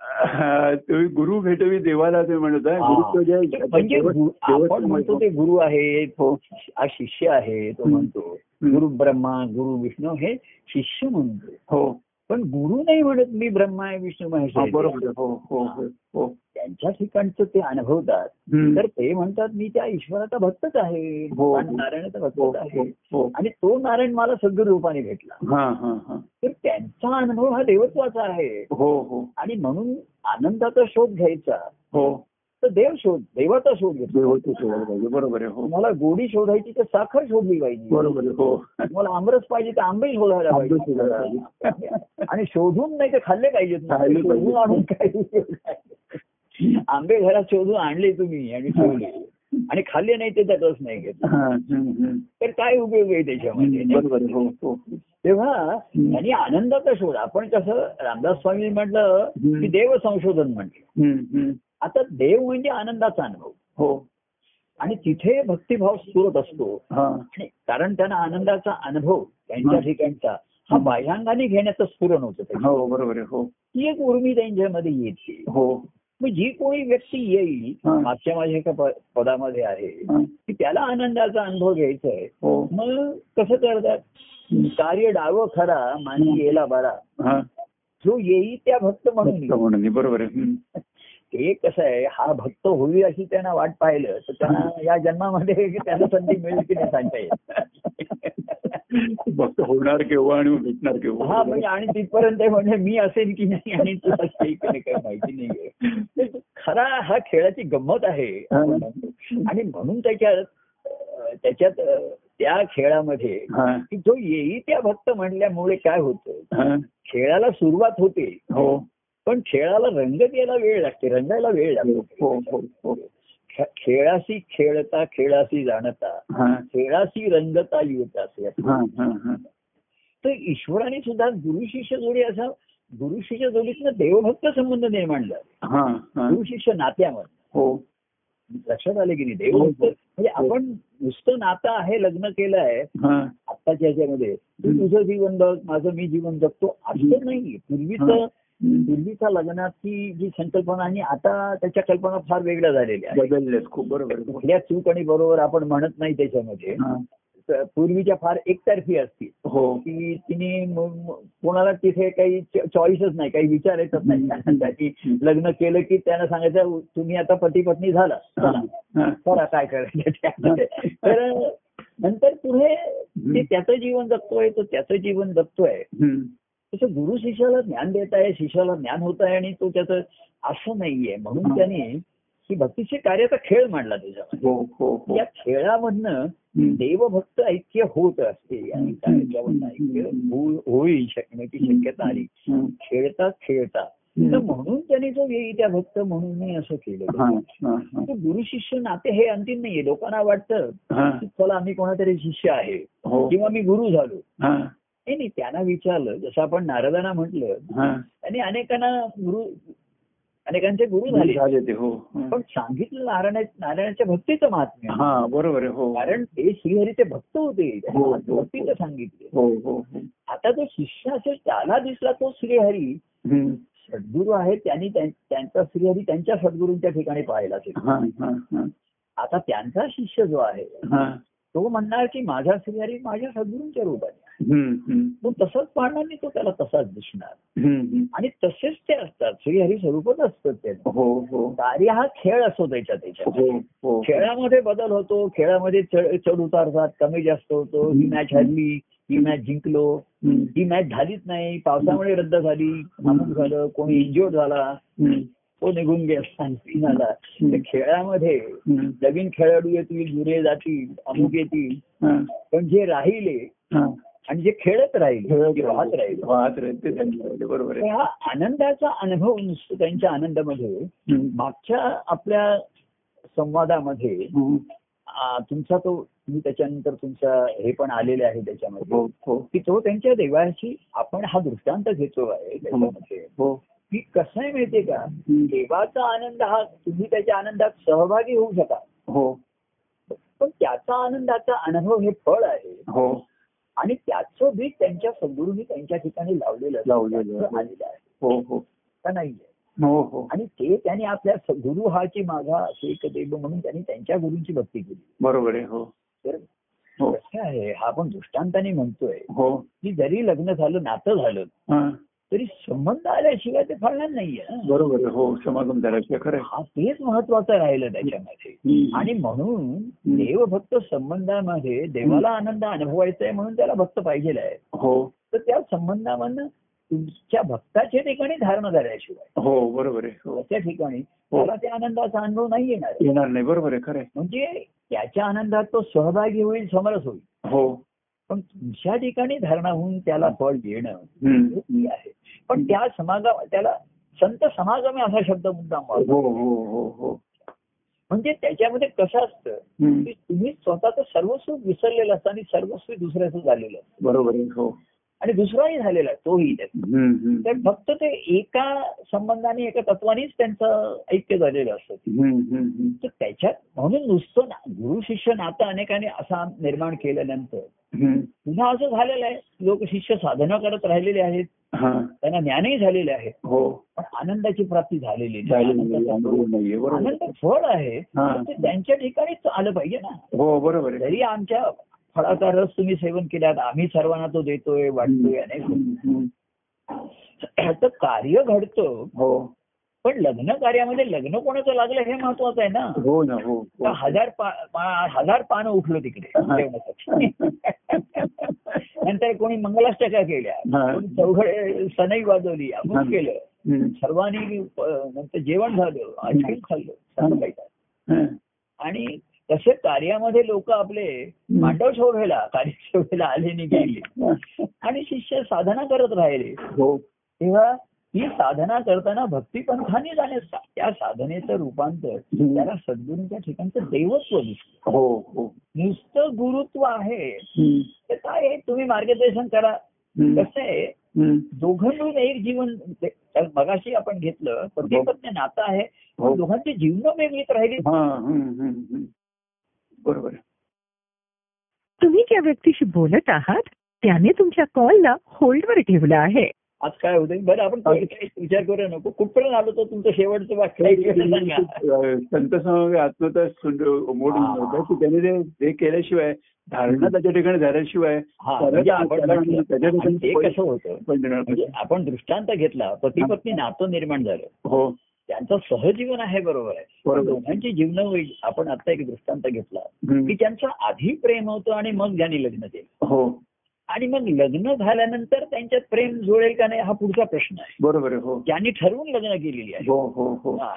S2: हा, तुम्ही गुरु भेटवी देवाला ते म्हणत आहे
S1: हा.
S2: गुरु म्हणजे
S1: म्हणजे गु- आपण म्हणतो ते गुरु आहेत
S2: हो
S1: हा शिष्य आहे तो
S2: हम्म.
S1: म्हणतो गुरु ब्रह्मा गुरु विष्णू हे शिष्य म्हणतो
S2: हो
S1: पण गुरु नाही म्हणत मी ब्रह्मा आहे विष्णू महेश
S2: हा,
S1: आहे.
S2: बरोबर हो हो हो, हो
S1: त्यांच्या ठिकाणचं ते अनुभवतात
S2: हम्म.
S1: तर ते म्हणतात मी त्या ईश्वराचा भक्तच आहे
S2: हो.
S1: भगवान नारायणाचा
S2: हो,
S1: भक्तच
S2: हो,
S1: आहे
S2: हो.
S1: आणि तो नारायण मला सद्गुण रूपाने भेटला
S2: हा हा हा
S1: तर त्यांचा अनुभव हा देवत्वाचा आहे
S2: हो हो
S1: आणि म्हणून आनंदाचा शोध घ्यायचा
S2: हो
S1: तर देव शोध देवाचा शोध घेतो
S2: देवाचं शोधायला पाहिजे बरोबर आहे हो
S1: तुम्हाला गोडी शोधायची तर साखर शोधली पाहिजे
S2: बरोबर आहे हो
S1: तुम्हाला आमरस पाहिजे तर आंबे शोधायला
S2: आंबे शोधायला पाहिजे.
S1: पाहिजे आणि शोधून नाही तर खाल्ले पाहिजेत ना.
S2: खाल्ले पाहिजेत.
S1: शोधून आणून काही उपयोग नाही. आंबे घरात शोधून आणले तुम्ही आणि ठेवले आणि खाल्ले नाही ते त्याचाच नाही घेतलं
S2: हा, हम्म, हम्म.
S1: तर काय उपयोग आहे त्याच्यामध्ये नाही?
S2: बरोबर आहे, हो हो
S1: तेव्हा आणि आनंदाचा शोध आपण कसं रामदास स्वामी म्हटलं
S2: हम्म.
S1: की देव संशोधन म्हटलं
S2: हम्म, हम्म.
S1: आता देव म्हणजे आनंदाचा अनुभव
S2: हो
S1: आणि तिथे भक्तिभाव सुरत असतो
S2: हा
S1: आणि कारण त्यांना आनंदाचा अनुभव त्यांच्या
S2: हं.
S1: ठिकाणचा हा
S2: हं.
S1: बाह्यांगाने घेण्याचं स्फुरण होतं त्याच्यात.
S2: हो बरोबर आहे हो
S1: ती एक उर्मी त्यांच्यामध्ये येते
S2: हो
S1: मग जी कोणी व्यक्ती येईल
S2: हं.
S1: मागच्या माझ्या एका प- पदामध्ये आहे
S2: हा,
S1: की त्याला आनंदाचा अनुभव घ्यायचा आहे
S2: हो
S1: मग कसं करतात कार्य डाव खरा मानवी येला बरा
S2: हा
S1: जो येई त्या भक्त म्हणून
S2: भक्त
S1: येई.
S2: म्हणून बरोबर आहे हम्म.
S1: ते कसं आहे हा भक्त होईल अशी त्यांना वाट पाहिलं तर त्यांना या जन्मामध्ये त्यांना संधी मिळेल की नाही सांगता येईल
S2: भक्त होणार केव्हा आणि भेटणार
S1: हा
S2: केव्हा
S1: म्हणजे आणि तिथपर्यंत आहे म्हणजे मी असेल की नाही आणि तू असेल की नाही काही माहिती नाहीये तर खरा हा खेळाची गंमत आहे आपण म्हणतो. आणि म्हणून त्याच्यात अं, त्याच्यात अं, त्या खेळामध्ये
S2: हा,
S1: की जो येई त्या भक्त म्हणल्यामुळे काय होतं
S2: हा,
S1: खेळाला सुरुवात होते
S2: हो
S1: पण खेळाला रंगत यायला वेळ लागते रंगायला वेळ
S2: हो हो
S1: लागतो
S2: हो
S1: खे- खेळाशी खेळता खेळाशी जाणता
S2: हा
S1: खेळाशी रंगता येत असे असं
S2: हा हा हा
S1: तर ईश्वराने सुद्धा गुरु शिष्य जोडी असा गुरु शिष्य जोडीतनं देवभक्त संबंध निर्माण झाला
S2: हा हा
S1: गुरु शिष्य नात्यामध्ये
S2: हो
S1: लक्षात आले की नाही देवभक्त
S2: हो, हो.
S1: म्हणजे आपण नुसतं नातं आहे लग्न केलं आहे
S2: हा
S1: आत्ताच्या याच्यामध्ये तू
S2: हम्म.
S1: तुझं जीवन जग माझं मी जीवन जगतो असं
S2: हम्म.
S1: नाही
S2: हा.
S1: पूर्वीचं
S2: हम्म.
S1: पूर्वीचा लग्नाची जी संकल्पना आणि आता त्याच्या कल्पना फार वेगळ्या झालेल्या आहेत
S2: बदललेत खूप बरोबर आहे.
S1: कुठल्या चूक आणि बरोबर आपण म्हणत नाही त्याच्यामध्ये
S2: हा,
S1: तर पूर्वीच्या फार एकतर्फी असतील
S2: हो
S1: की तिने म- म- कोणाला तिथे काही चॉईसच नाही काही विचार येतच नाही त्यासाठी लग्न केलं की त्यांना सांगायचं तुम्ही आता पती पत्नी झाला
S2: हा,
S1: चला,
S2: हा.
S1: करा काय करायचं त्यामध्ये." तर नंतर पुढे ते त्याचं जीवन जगतोय तो त्याचं जीवन जगतोय
S2: हम्म.
S1: तसं गुरु शिष्याला ज्ञान देत आहे शिष्याला ज्ञान होत आहे आणि तो त्याचं असं नाहीये म्हणून
S2: हा.
S1: त्याने ही भक्तीचे कार्याचा खेळ मांडला त्याच्यामध्ये
S2: हो हो हो
S1: या खेळामधनं
S2: हम्म.
S1: देवभक्त ऐक्य होत असते आणि त्या ऐक्यावरनं ऐक्य होऊ- होईल शकण्याची शक्यता आली
S2: हम्म.
S1: खेळता खेळता तर म्हणून त्याने जो येई त्या भक्त म्हणून मी असं
S2: हा,
S1: केलं
S2: हा, हा.
S1: तर गुरु शिष्य नाते हे अंतिम नाहीये लोकांना वाटतं
S2: हा,
S1: की चला आम्ही कोणातरी शिष्य आहे
S2: हो
S1: किंवा मी गुरु झालो
S2: हा,
S1: नाही नाही त्यांना विचारलं जसं आपण नारदांना म्हटलं
S2: हा.
S1: आणि अनेकांना गुरु अनेकांचे गुरु झाले
S2: झाले ते हो हा.
S1: पण सांगितलं नारायण नारायणाच्या भक्तीचं महात्म्य आहे.
S2: हा बरोबर आहे हो
S1: कारण ते श्रीहरीचे भक्त होते
S2: हो, हो.
S1: भक्तीचं सांगितले
S2: हो हो हो.
S1: आता जो शिष्य असेल त्याला दिसला तो श्रीहरी
S2: हम्म.
S1: सद्गुरू आहे त्यांनी त्यां- त्यांचा श्रीहरी त्यांच्या सद्गुरूंच्या ठिकाणी पाहायला असेल
S2: हा, हा, हा.
S1: आता त्यांचा शिष्य जो आहे
S2: हा.
S1: तो म्हणणार की माझा श्रीहरी माझ्या सद्गुरूंच्या रूपात आहे.
S2: हम्म, हम्म.
S1: तो तसाच पाहणार नाही तो त्याला तसाच दिसणार
S2: हम्म, हम्म.
S1: आणि तसेच ते असतात श्रीहरी स्वरूपच असतात ते
S2: हो हो
S1: कार्य हा खेळ असतो त्याच्या त्याच्या
S2: हो हो
S1: खेळामध्ये बदल होतो खेळामध्ये चढ चढ उतारतात कमी जास्त होतो ही मॅच हरली ही मॅच जिंकलो
S2: हम्म,
S1: ही मॅच झालीच नाही पावसामुळे रद्द झाली अमुक झालं कोणी इंज्युअर्ड झाला
S2: हम्म,
S1: तो निघून गेला आणखी झाला तर खेळामध्ये
S2: हम्म.
S1: नवीन खेळाडू येतील जुने जातील अमुक येतील
S2: हा,
S1: पण जे राहिले
S2: हा.
S1: आणि जे खेळत राहिले
S2: खेळत
S1: जे वाहत राहिले
S2: वाहत राहिले ते त्यांनी राहिले, बरोबर
S1: तर
S2: आहे
S1: हा आनंदाचा अनुभव नुसतं त्यांच्या आनंदामध्ये
S2: हम्म,
S1: मागच्या आपल्या संवादामध्ये
S2: हम्म.
S1: आ, तुमचा तो तुम्ही त्याच्यानंतर तुमचा हे पण आलेले आहे त्याच्यामध्ये
S2: हो हो
S1: की तो त्यांच्या देवाशी आपण हा दृष्टांत घेतो आहे त्याच्यामध्ये
S2: हो
S1: की कसं आहे माहितीये का
S2: हम्म.
S1: देवाचा आनंद हा तुम्ही त्याच्या आनंदात सहभागी होऊ शकाल
S2: हो
S1: पण त्याचा आनंदाचा अनुभव हे फळ आहे
S2: हो
S1: आणि त्याचं बीज त्यांच्या सद्गुरूंनी त्यांच्या ठिकाणी लावलेलं असतं.
S2: लावलेलं
S1: त्याचं
S2: आहे.
S1: आलेलं आहे
S2: हो हो
S1: का नाहीये
S2: हो हो
S1: आणि ते त्यांनी आपल्या स- गुरु हाची माझा एक देव म्हणून त्यांनी त्यांच्या गुरूंची भक्ती केली
S2: बरोबर आहे हो
S1: तर
S2: हो
S1: कसं आहे हा आपण दृष्टांताने म्हणतोय
S2: हो
S1: की जरी लग्न झालं नातं झालं
S2: हा.
S1: तरी संबंध आल्याशिवाय ते फळणार नाहीये ना.
S2: बरोबर आहे हो समागम झाल्याशिवाय खरं आहे.
S1: हा तेच महत्वाचं राहिलं त्याच्यामध्ये
S2: हम्म.
S1: आणि म्हणून देवभक्त संबंधामध्ये देवाला आनंद अनुभवायचा आहे म्हणून त्याला भक्त पाहिजे आहे
S2: हो
S1: तर त्या संबंधामधनं तुमच्या भक्ताच्या ठिकाणी धारणा झाल्याशिवाय
S2: हो बरोबर आहे हो
S1: त्या ठिकाणी त्याला त्या आनंदाचा अनुभव नाही येणार
S2: येणार नाही बरोबर आहे खरं आहे.
S1: म्हणजे त्याच्या आनंदात तो सहभागी होईल समरस होईल
S2: हो
S1: पण तुमच्या ठिकाणी धारणा होऊन त्याला फळ येणं
S2: हम्म.
S1: हे ठीक आहे पण त्या समागम त्याला संत समागम असा शब्द मुद्दाम वापरतो.
S2: हो हो हो हो
S1: म्हणजे त्याच्यामध्ये कसं असतं
S2: हम्म.
S1: की तुम्ही स्वतःचं सर्वस्व विसरलेलं असतं आणि सर्वस्व दुसऱ्याचं झालेलं असतं
S2: बरोबर आहे हो
S1: आणि दुसराही झालेला आहे, तोही त्याचा.
S2: हम्म, हम्म.
S1: तर फक्त ते एका संबंधाने एका तत्वानेच त्यांचं ऐक्य झालेलं असतं
S2: हम्म, हम्म, हम्म.
S1: तर त्याच्यात म्हणून नुसतं ना- गुरु शिष्य नातं अनेकांनी असा निर्माण केल्यानंतर
S2: हम्म.
S1: पुन्हा असं झालेलं आहे लोक शिष्य साधना करत राहिलेले आहेत
S2: हा
S1: त्यांना ज्ञानही झालेले आहे
S2: हो
S1: पण आनंदाची प्राप्ती झालेली नाही.
S2: झाली नाही, अनुभव
S1: आनंदाचा-
S2: नाहीये बरोबर
S1: आनंद फळ आहे
S2: हा.
S1: पण ते त्यांच्या ठिकाणीच आलं पाहिजे ना
S2: हो बरोबर आहे
S1: जरी आमच्या फळाचा रस तुम्ही सेवन केल्यात आम्ही सर्वांना तो देतोय वाटतोय अनेक
S2: हम्म, हम्म.
S1: तर कार्य घडतं
S2: हो
S1: पण लग्न कार्यामध्ये लग्न कोणाचं लागलं हे महत्वाचं आहे ना
S2: हो ना हो
S1: का
S2: हो.
S1: हजार पा- पा- हजार पानं उठलो तिकडे
S2: हा.
S1: जेवणासाठी. नंतर कोणी मंगलाष्टका केल्या
S2: हा.
S1: कोणी चौघडे सनई वाजवली
S2: हा.
S1: अमुक केलं
S2: हम्म.
S1: सर्वांनी अं, नंतर जेवण झालं आईस्क्रीम खाल्लं सर्व काही झालं.
S2: हा.
S1: आणि तसे कार्यामध्ये लोक आपले मांडव शोभेला कार्य शोभेला आले नि गेले आणि शिष्य साधना करत राहिले
S2: हो
S1: तेव्हा ही साधना करताना भक्तीपंथाने जाणे त्या साधनेचं रूपांतर
S2: हम्म.
S1: त्याला सद्गुरूंच्या ठिकाणचं देवत्व दिसतं
S2: हो हो
S1: नुसतं गुरुत्व आहे
S2: हम्म.
S1: ते काय आहे? तुम्ही मार्गदर्शन करा
S2: हम्म.
S1: कसं आहे
S2: हम्म.
S1: दोघं मिळून एक जीवन ते- तर मगाशी आपण घेतलं पती
S2: हो.
S1: पत्नी नातं आहे पण
S2: हो.
S1: दोघांची जीवन वेगळीच राहिली
S2: हा हम्म, हम्म, हम्म. बरोबर आहे.
S3: तुम्ही ज्या व्यक्तीशी बोलत आहात त्याने तुमच्या कॉलला होल्डवर ठेवला आहे आज
S1: आज काय होतं बरं आपण
S2: अगदी.
S1: काही विचार करू नको कुठपर्यंत आलो तो तुमचं शेवटचं वाक्य ऐकलं सांगा.
S2: अं, संत समाज आत्मता मोड होता की त्याने ते- ते केल्याशिवाय धारणा त्याच्या ठिकाणी झाल्याशिवाय
S1: हा म्हणजे आपण म्हटलं,
S2: त्याच्या ठिकाणी
S1: आणि ते
S2: फळ-
S1: कसं होतं
S2: फळ देणार
S1: म्हणजे
S2: नाही.
S1: आपण दृष्टांत घेतला पती पत्नी नातं निर्माण झालं
S2: हो
S1: त्यांचं सहजीवन आहे बरोबर आहे पण
S2: बरोबर.
S1: दोघांची जीवन होईल आपण आता एक दृष्टांत घेतला की
S2: हम्म.
S1: त्यांचं आधी प्रेम होतं आणि मग ज्यांनी लग्न केलं
S2: हो
S1: आणि मग लग्न झाल्यानंतर त्यांच्यात प्रेम जुळेल का नाही हा पुढचा प्रश्न आहे
S2: बरोबर आहे हो
S1: ज्यांनी ठरवून लग्न केलेली आहे
S2: हो हो हो
S1: हा.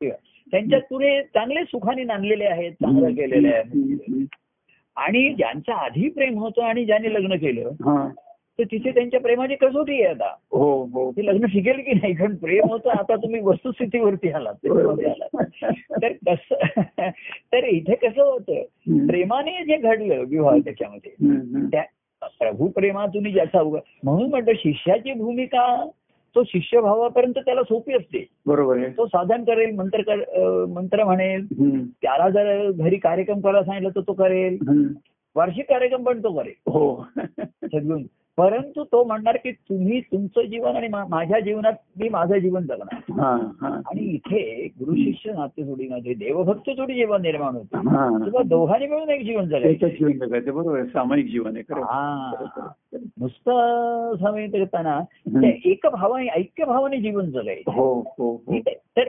S1: ठीक आहे. त्यांच्यात पुढे चांगले सुखाने नांदलेले आहेत चांगलं केलेलं आहे
S2: हम्म.
S1: आणि ज्यांचं आधी प्रेम होतं आणि ज्याने लग्न केलं
S2: हा
S1: तर तिथे त्यांच्या प्रेमाची कसोटी आहे आता
S2: हो हो
S1: ते लग्न शिकेल की नाही कारण प्रेम होतं आता तुम्ही वस्तुस्थितीवरती आलात त्याच्यामध्ये आलात. तर कसं तर इथे कसं होतं
S2: हम्म.
S1: प्रेमाने जे घडलं विवाह त्याच्यामध्ये
S2: हम्म.
S1: त्या प्रभू प्रेमातून ज्याचा उगा म्हणून म्हटलं शिष्याची भूमिका तो शिष्यभावापर्यंत त्याला सोपी असते
S2: बरोबर आहे
S1: तो साधन करेल मंत्र कर अं, मंत्र म्हणेल
S2: हम्म.
S1: त्याला जर घरी कार्यक्रम करायला सांगितलं तर तो करेल
S2: हम्म.
S1: वार्षिक कार्यक्रम पण तो करेल
S2: हो
S1: सद्गुण परंतु तो म्हणणार की तुम्ही तुमचं जीवन आणि मा- माझ्या जीवनात मी माझं जीवन जगणार
S2: हा हा
S1: आणि इथे गुरु शिष्य नातेजोडीमध्ये देवभक्त जोडी जेव्हा निर्माण होते
S2: हा
S1: तेव्हा दोघांनी मिळून एक जीवन
S2: एकच
S1: जगायचं
S2: जीवन जगायचं बरोबर आहे सामायिक जीवन आहे खरं आहे.
S1: हा नुसतं समेत करताना त्या एक भावाने ऐक्य भावाने जीवन जगायचं
S2: हो हो हो
S1: ठीक आहे? तर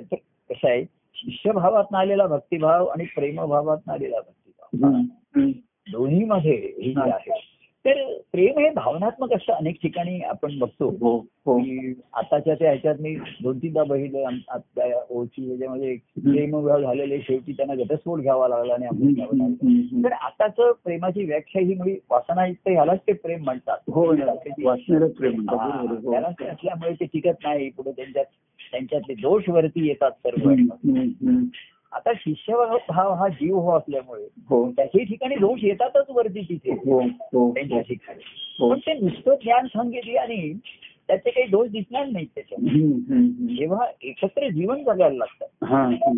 S1: कसं आहे शिष्यभावात आलेला भक्तिभाव आणि प्रेमभावात आलेला भक्तिभाव
S2: हम्म, हम्म.
S1: दोन्हीमध्ये हे जे आहे तर प्रेम हे भावनात्मक असतं अनेक ठिकाणी आपण बघतो
S2: हो हो
S1: की आताच्या त्या ह्याच्यात मी दोन तीनदा बघितलं आम- आपल्या या ओळखी याच्यामध्ये एक प्रेमविवाह झालेले शेवटी त्यांना घटस्फोट घ्यावा लागला आणि आपण
S2: हम्म,
S1: घ्यावं लागलं.
S2: हम्म, हम्म.
S1: तर आताच प्रेमाची व्याख्या ही म्हणजे वासनायुक्त ह्यालाच ते प्रेम म्हणतात
S2: हो ना वाचण्याला प्रेम म्हणतात.
S1: हा,
S2: बरोबर आहे.
S1: त्याला ते असल्यामुळे ते टिकत नाही पुढे त्यांच्यात त्यांच्यातले दोष वरती येतात सर्व
S2: हो हम्म, हम्म.
S1: आता शिष्यभाव भाव हा जीव हो असल्यामुळे
S2: हो
S1: त्याही ठिकाणी दोष येतातच वरती तिथे
S2: हो हो
S1: त्यांच्या ठिकाणी
S2: हो.
S1: पण ते नुसतं ज्ञान सांगितले आणि त्याचे काही दोष दिसणार नाहीत त्याच्यामध्ये
S2: हम्म, हम्म, हम्म.
S1: जेव्हा एकत्र जीवन जगायला लागतात
S2: हा, हम्म.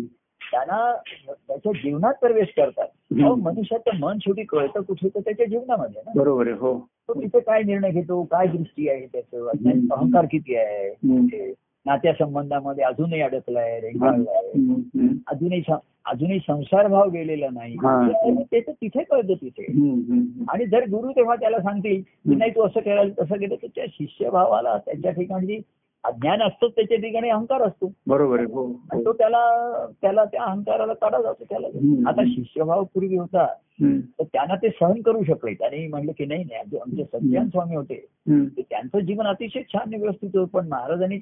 S1: त्यांना त्याच्या जीवनात प्रवेश करतात
S2: हम्म.
S1: अहो, मनुष्याचं मन शेवटी कळतं कुठे तर त्याच्या जीवनामध्ये ना
S2: बरोबर आहे हो
S1: तो तिथे काय निर्णय घेतो काय दृष्टी आहे त्याचं
S2: हम्म.
S1: अहंकार किती आहे
S2: हम्म.
S1: ते म्हणजे नात्यासंबंधामध्ये अजूनही अडकलाय रेंगाळला आहे
S2: हम्म, हम्म,
S1: अजूनही स- अजूनही संसार भाव गेलेला नाही
S2: हा.
S1: तर ते तर तिथे कळतं तिथे
S2: हम्म, हम्म.
S1: आणि जर गुरु तेव्हा त्याला सांगतील की नाही तू असं करायला तसं केलं तर त्या शिष्यभावाला त्याच्या ठिकाणी जी अज्ञान असतो त्याच्या ठिकाणी अहंकार असतो
S2: बरोबर आहे हो
S1: आणि
S2: हो.
S1: तो त्याला त्याला त्या अहंकाराला तडा जातो
S2: हम्म.
S1: त्याला आता शिष्यभाव पूर्वी होता
S2: हम्म,
S1: तर त्यांना ते सहन करू शकले त्याने म्हणलं की नाही नाही आमचे- आमचे सज्जन स्वामी होते
S2: हम्म.
S1: ते म्हणजे त्यांचं जीवन अतिशय छान व्यवस्थित होतं पण महाराजांनी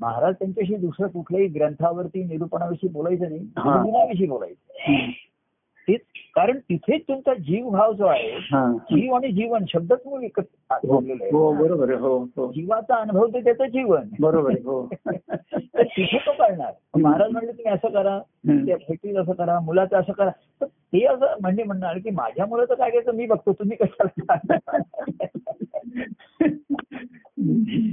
S1: महाराज त्यांच्याशी दुसऱ्या कुठल्याही ग्रंथावरती निरूपणाविषयी बोलायचं नाही
S2: हा.
S1: जीवनाविषयी बोलायचं तेच कारण तिथेच तुमचा जीव भाव जो आहे
S2: हा.
S1: जीव आणि जीवन शब्द तुम्ही विकत
S2: हो
S1: जोडलेला
S2: हो,
S1: आहे
S2: बरोबर आहे हो हो
S1: जीवाचा अनुभव ते त्याचं जीवन
S2: बरोबर आहे हो
S1: तर तिथे तो करणार महाराज म्हणले तुम्ही असं करा त्या भेटीत असं करा मुलाचं असं करा तर ते असं म्हणजे म्हणणार की माझ्या मुलाचं काय करायचं मी बघतो तुम्ही कशाला करता?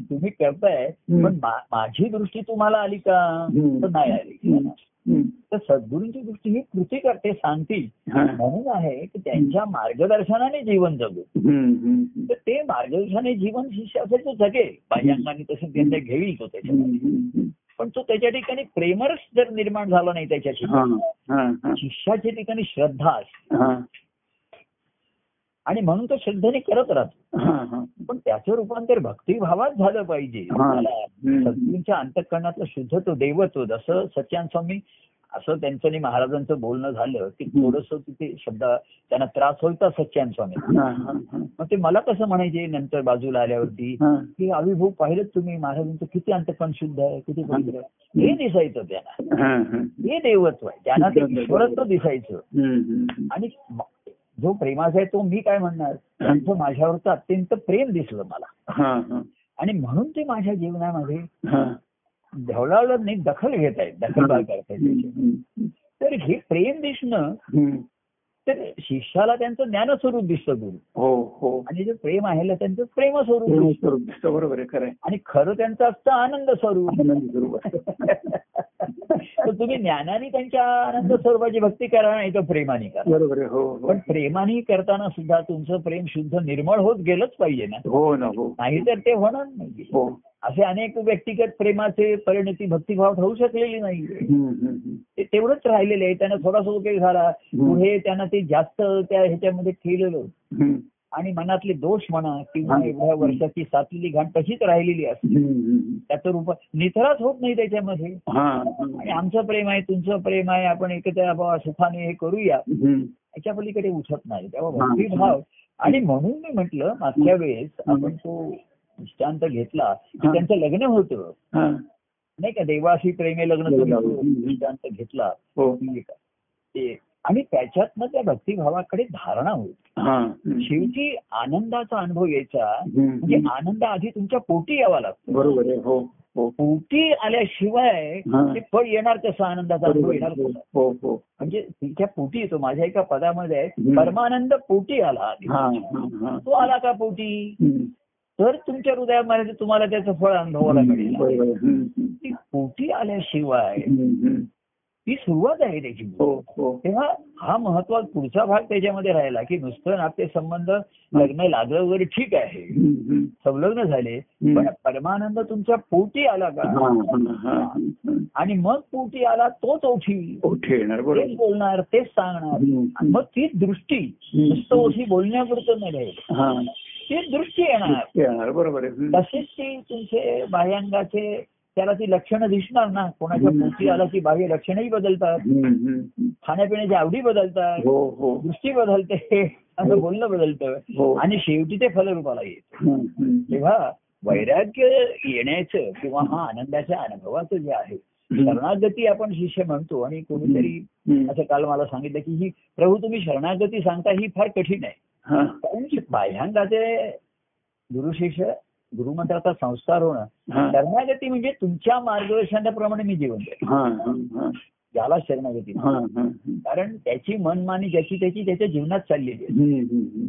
S1: तुम्ही करताय पण मा- माझी दृष्टी तुम्हाला आली का
S2: हम्म.
S1: तर नाही आली
S2: हम्म. हम्म.
S1: तर सद्गुरूंची दृष्टी ही कृती करते सांगतील
S2: हा.
S1: म्हणून आहे की त्यांच्या मार्गदर्शनाने जीवन जगू
S2: हम्म, हम्म.
S1: तर ते मार्गदर्शनाने जीवन शिष्य असेल तो जगेल बाह्यांनी तसं त्यांना घेईल तो त्याच्यामध्ये
S2: हम्म.
S1: पण तो त्याच्या ठिकाणी प्रेमरस जर निर्माण झाला नाही त्याच्या
S2: हा.
S1: ठिकाणी
S2: हा. हा.
S1: शिष्याच्या ठिकाणी श्रद्धा असते
S2: हा.
S1: आणि म्हणून तो श्रद्धेने करत राहतो
S2: हा. हा.
S1: पण त्याचं रूपांतर भक्तिभावात झालं पाहिजे
S2: हा.
S1: त्याला
S2: हम्म.
S1: सद्गुरूंच्या अंतकरणातलं शुद्ध तो देवत्व जसं सत्यान स्वामी असं त्यांचं आणि महाराजांचं बोलणं झालं की
S2: हम्म.
S1: थोडस तिथे शब्द त्यांना त्रास होता सत्यान स्वामी
S2: हा. हा. हा.
S1: मग ते मला कसं म्हणायचे नंतर बाजूला आल्यावरती
S2: हा.
S1: की आविर्भूत पाहिलं तुम्ही महाराजांचं किती अंतकरण शुद्ध आहे किती पवित्र आहे हे दिसायचं त्यांना
S2: हा. हा.
S1: हे देवत्व आहे त्यांना ते ईश्वरत्व दिसायचं
S2: हम्म. हम्म.
S1: आणि म- जो प्रेमाचा आहे तो मी काय म्हणणार त्यांचं माझ्यावरचं अत्यंत प्रेम दिसलं मला
S2: हा. हा.
S1: आणि म्हणून ते माझ्या जीवनामध्ये
S2: हा.
S1: ढवळावलं नाही दखल घेत आहेत दखलदार करतायत त्याची.
S2: हम्म.
S1: तर हे प्रेम दिसणं
S2: हम्म.
S1: तर शिष्याला त्यांचं ज्ञानस्वरूप दिसतं गुरु
S2: हो हो
S1: आणि जे प्रेम आहे ना त्यांचं प्रेमस्वरूप
S2: पूर्ण
S1: दिसतं.
S2: स्वरूप दिसतं, बरोबर आहे खरं आहे.
S1: आणि खरं त्यांचं असतं आनंद स्वरूप
S2: आनंदी स्वरूप आहे.
S1: तर तुम्ही ज्ञानाने त्यांच्या आनंद स्वरूपाची भक्ती करा नाही तर प्रेमाने करा
S2: बरोबर आहे हो हो
S1: पण प्रेमाने करताना सुद्धा तुमचं प्रेम शुद्ध निर्मळ होत गेलंच पाहिजे ना
S2: हो ना हो
S1: नाहीतर ते होणार नाही
S2: हो
S1: असे अनेक व्यक्तिगत प्रेमाचे परिणती भक्तिभाव होऊ शकलेली नाही
S2: हम्म, हम्म, हम्म.
S1: ते तेवढंच राहिलेले आहे त्यांना थोडासा उपयोग झाला
S2: हम्म.
S1: पुढे त्यांना ते जास्त त्या ह्याच्यामध्ये खेळलेलं
S2: हम्म,
S1: आणि मनातले दोष म्हणा किंवा
S2: हा.
S1: एवढ्या वर्षाची सातलेली घाण तशीच राहिलेली असते
S2: हम्म, हम्म.
S1: त्याचं रूप निथराच होत नाही त्याच्यामध्ये
S2: हा
S1: आणि आमचं प्रेम आहे तुमचं प्रेम आहे आपण एकत्र बाबा सुखाने हे करूया
S2: हम्म,
S1: याच्या पलीकडे उठत नाही तेव्हा
S2: हा.
S1: भक्तिभाव आणि म्हणून मी म्हटलं मागच्या वेळेस आपण तो दृष्टांत घेतला की
S2: हा.
S1: त्यांचं लग्न होतं
S2: हा.
S1: नाही का देवाशी प्रेमे लग्न
S2: लग्न
S1: तुम्ही
S2: होतं.
S1: तो दृष्टांत घेतला
S2: हो
S1: म्हणजे काय? ते- आणि त्याच्यातनं त्या भक्तिभावाकडे धारणा होती
S2: हा हम्म.
S1: शेवटी आनंदाचा अनुभव यायचा
S2: हम्म,
S1: म्हणजे
S2: हम्म.
S1: आनंद आधी तुमच्या पोटी यावा लागतो
S2: बरोबर आहे हो हो
S1: पोटी आल्याशिवाय
S2: हा.
S1: ते फळ येणार कसं आनंदाचा अनुभव
S2: बरोबर
S1: येणार
S2: आहे.
S1: कसं?
S2: हो हो
S1: म्हणजे तिच्या पोटी येतो माझ्या एका पदामध्ये आहे
S2: हम्म.
S1: परमानंद पोटी आला आधी.
S2: हा हा हा
S1: तो आला का पोटी
S2: हम्म.
S1: तर तुमच्या हृदयामध्ये तुम्हाला त्याचं फळ अनुभवाला मिळेल
S2: बरोबर आहे. हम्म,
S1: ती पोटी आल्याशिवाय
S2: हम्म, हम्म.
S1: ती सुरुवात आहे त्याची
S2: हो हो
S1: तेव्हा हा महत्वाचा पुढचा भाग त्याच्यामध्ये राहिला की नुसतं नाते संबंध लग्न लागलं वगैरे ठीक आहे
S2: हम्म, हम्म.
S1: संलग्न झाले
S2: हम्म.
S1: पण परमानंद तुमच्या पोटी आला
S2: हा
S1: का
S2: हा, हा हम्म.
S1: आणि मग पोटी आला तोच ओठी
S2: ओठे येणार बरोबर
S1: तेच बोलणार तेच सांगणार
S2: हम्म.
S1: आणि मग ती दृष्टी नुसतं ओठी बोलण्यापुरतं नाही राहील
S2: हा
S1: ती दृष्टी येणार
S2: ते येणार बरोबर आहे हम्म.
S1: तसेच ती तुमचे बाह्यांगाचे त्याला ती लक्षणं दिसणार ना कोणाच्या
S2: हम्म.
S1: पोटी आला की बाह्य लक्षणही बदलतात
S2: हम्म, हम्म.
S1: खाण्यापिण्याच्या आवडी बदलतात
S2: हो हो
S1: दृष्टी बदलते असं बोलणं बदलतं
S2: हो.
S1: आणि शेवटी ते फलरूपाला येत
S2: हम्म, हम्म.
S1: तेव्हा वैराग्य येण्याचं किंवा हा आनंदाच्या अनुभवाचं जे आहे शरणागती आपण शिष्य म्हणतो आणि कोणीतरी
S2: हम्म.
S1: असं काल मला सांगितलं की ही प्रभू तुम्ही शरणागती सांगता ही फार कठीण आहे
S2: हा.
S1: कारण की बाह्यांगाचे गुरु शिष्य गुरुमंत्राचा संस्कार होणं
S2: हा.
S1: शरणागती म्हणजे तुमच्या मार्गदर्शनाप्रमाणे मी जीवन जगेन.
S2: हा, हा, हा.
S1: याला शरणागती म्हणतात.
S2: हा, हा.
S1: कारण त्याची मनमानी ज्याची त्याची त्याच्या जीवनात चाललेली आहे
S2: हम्म, हम्म,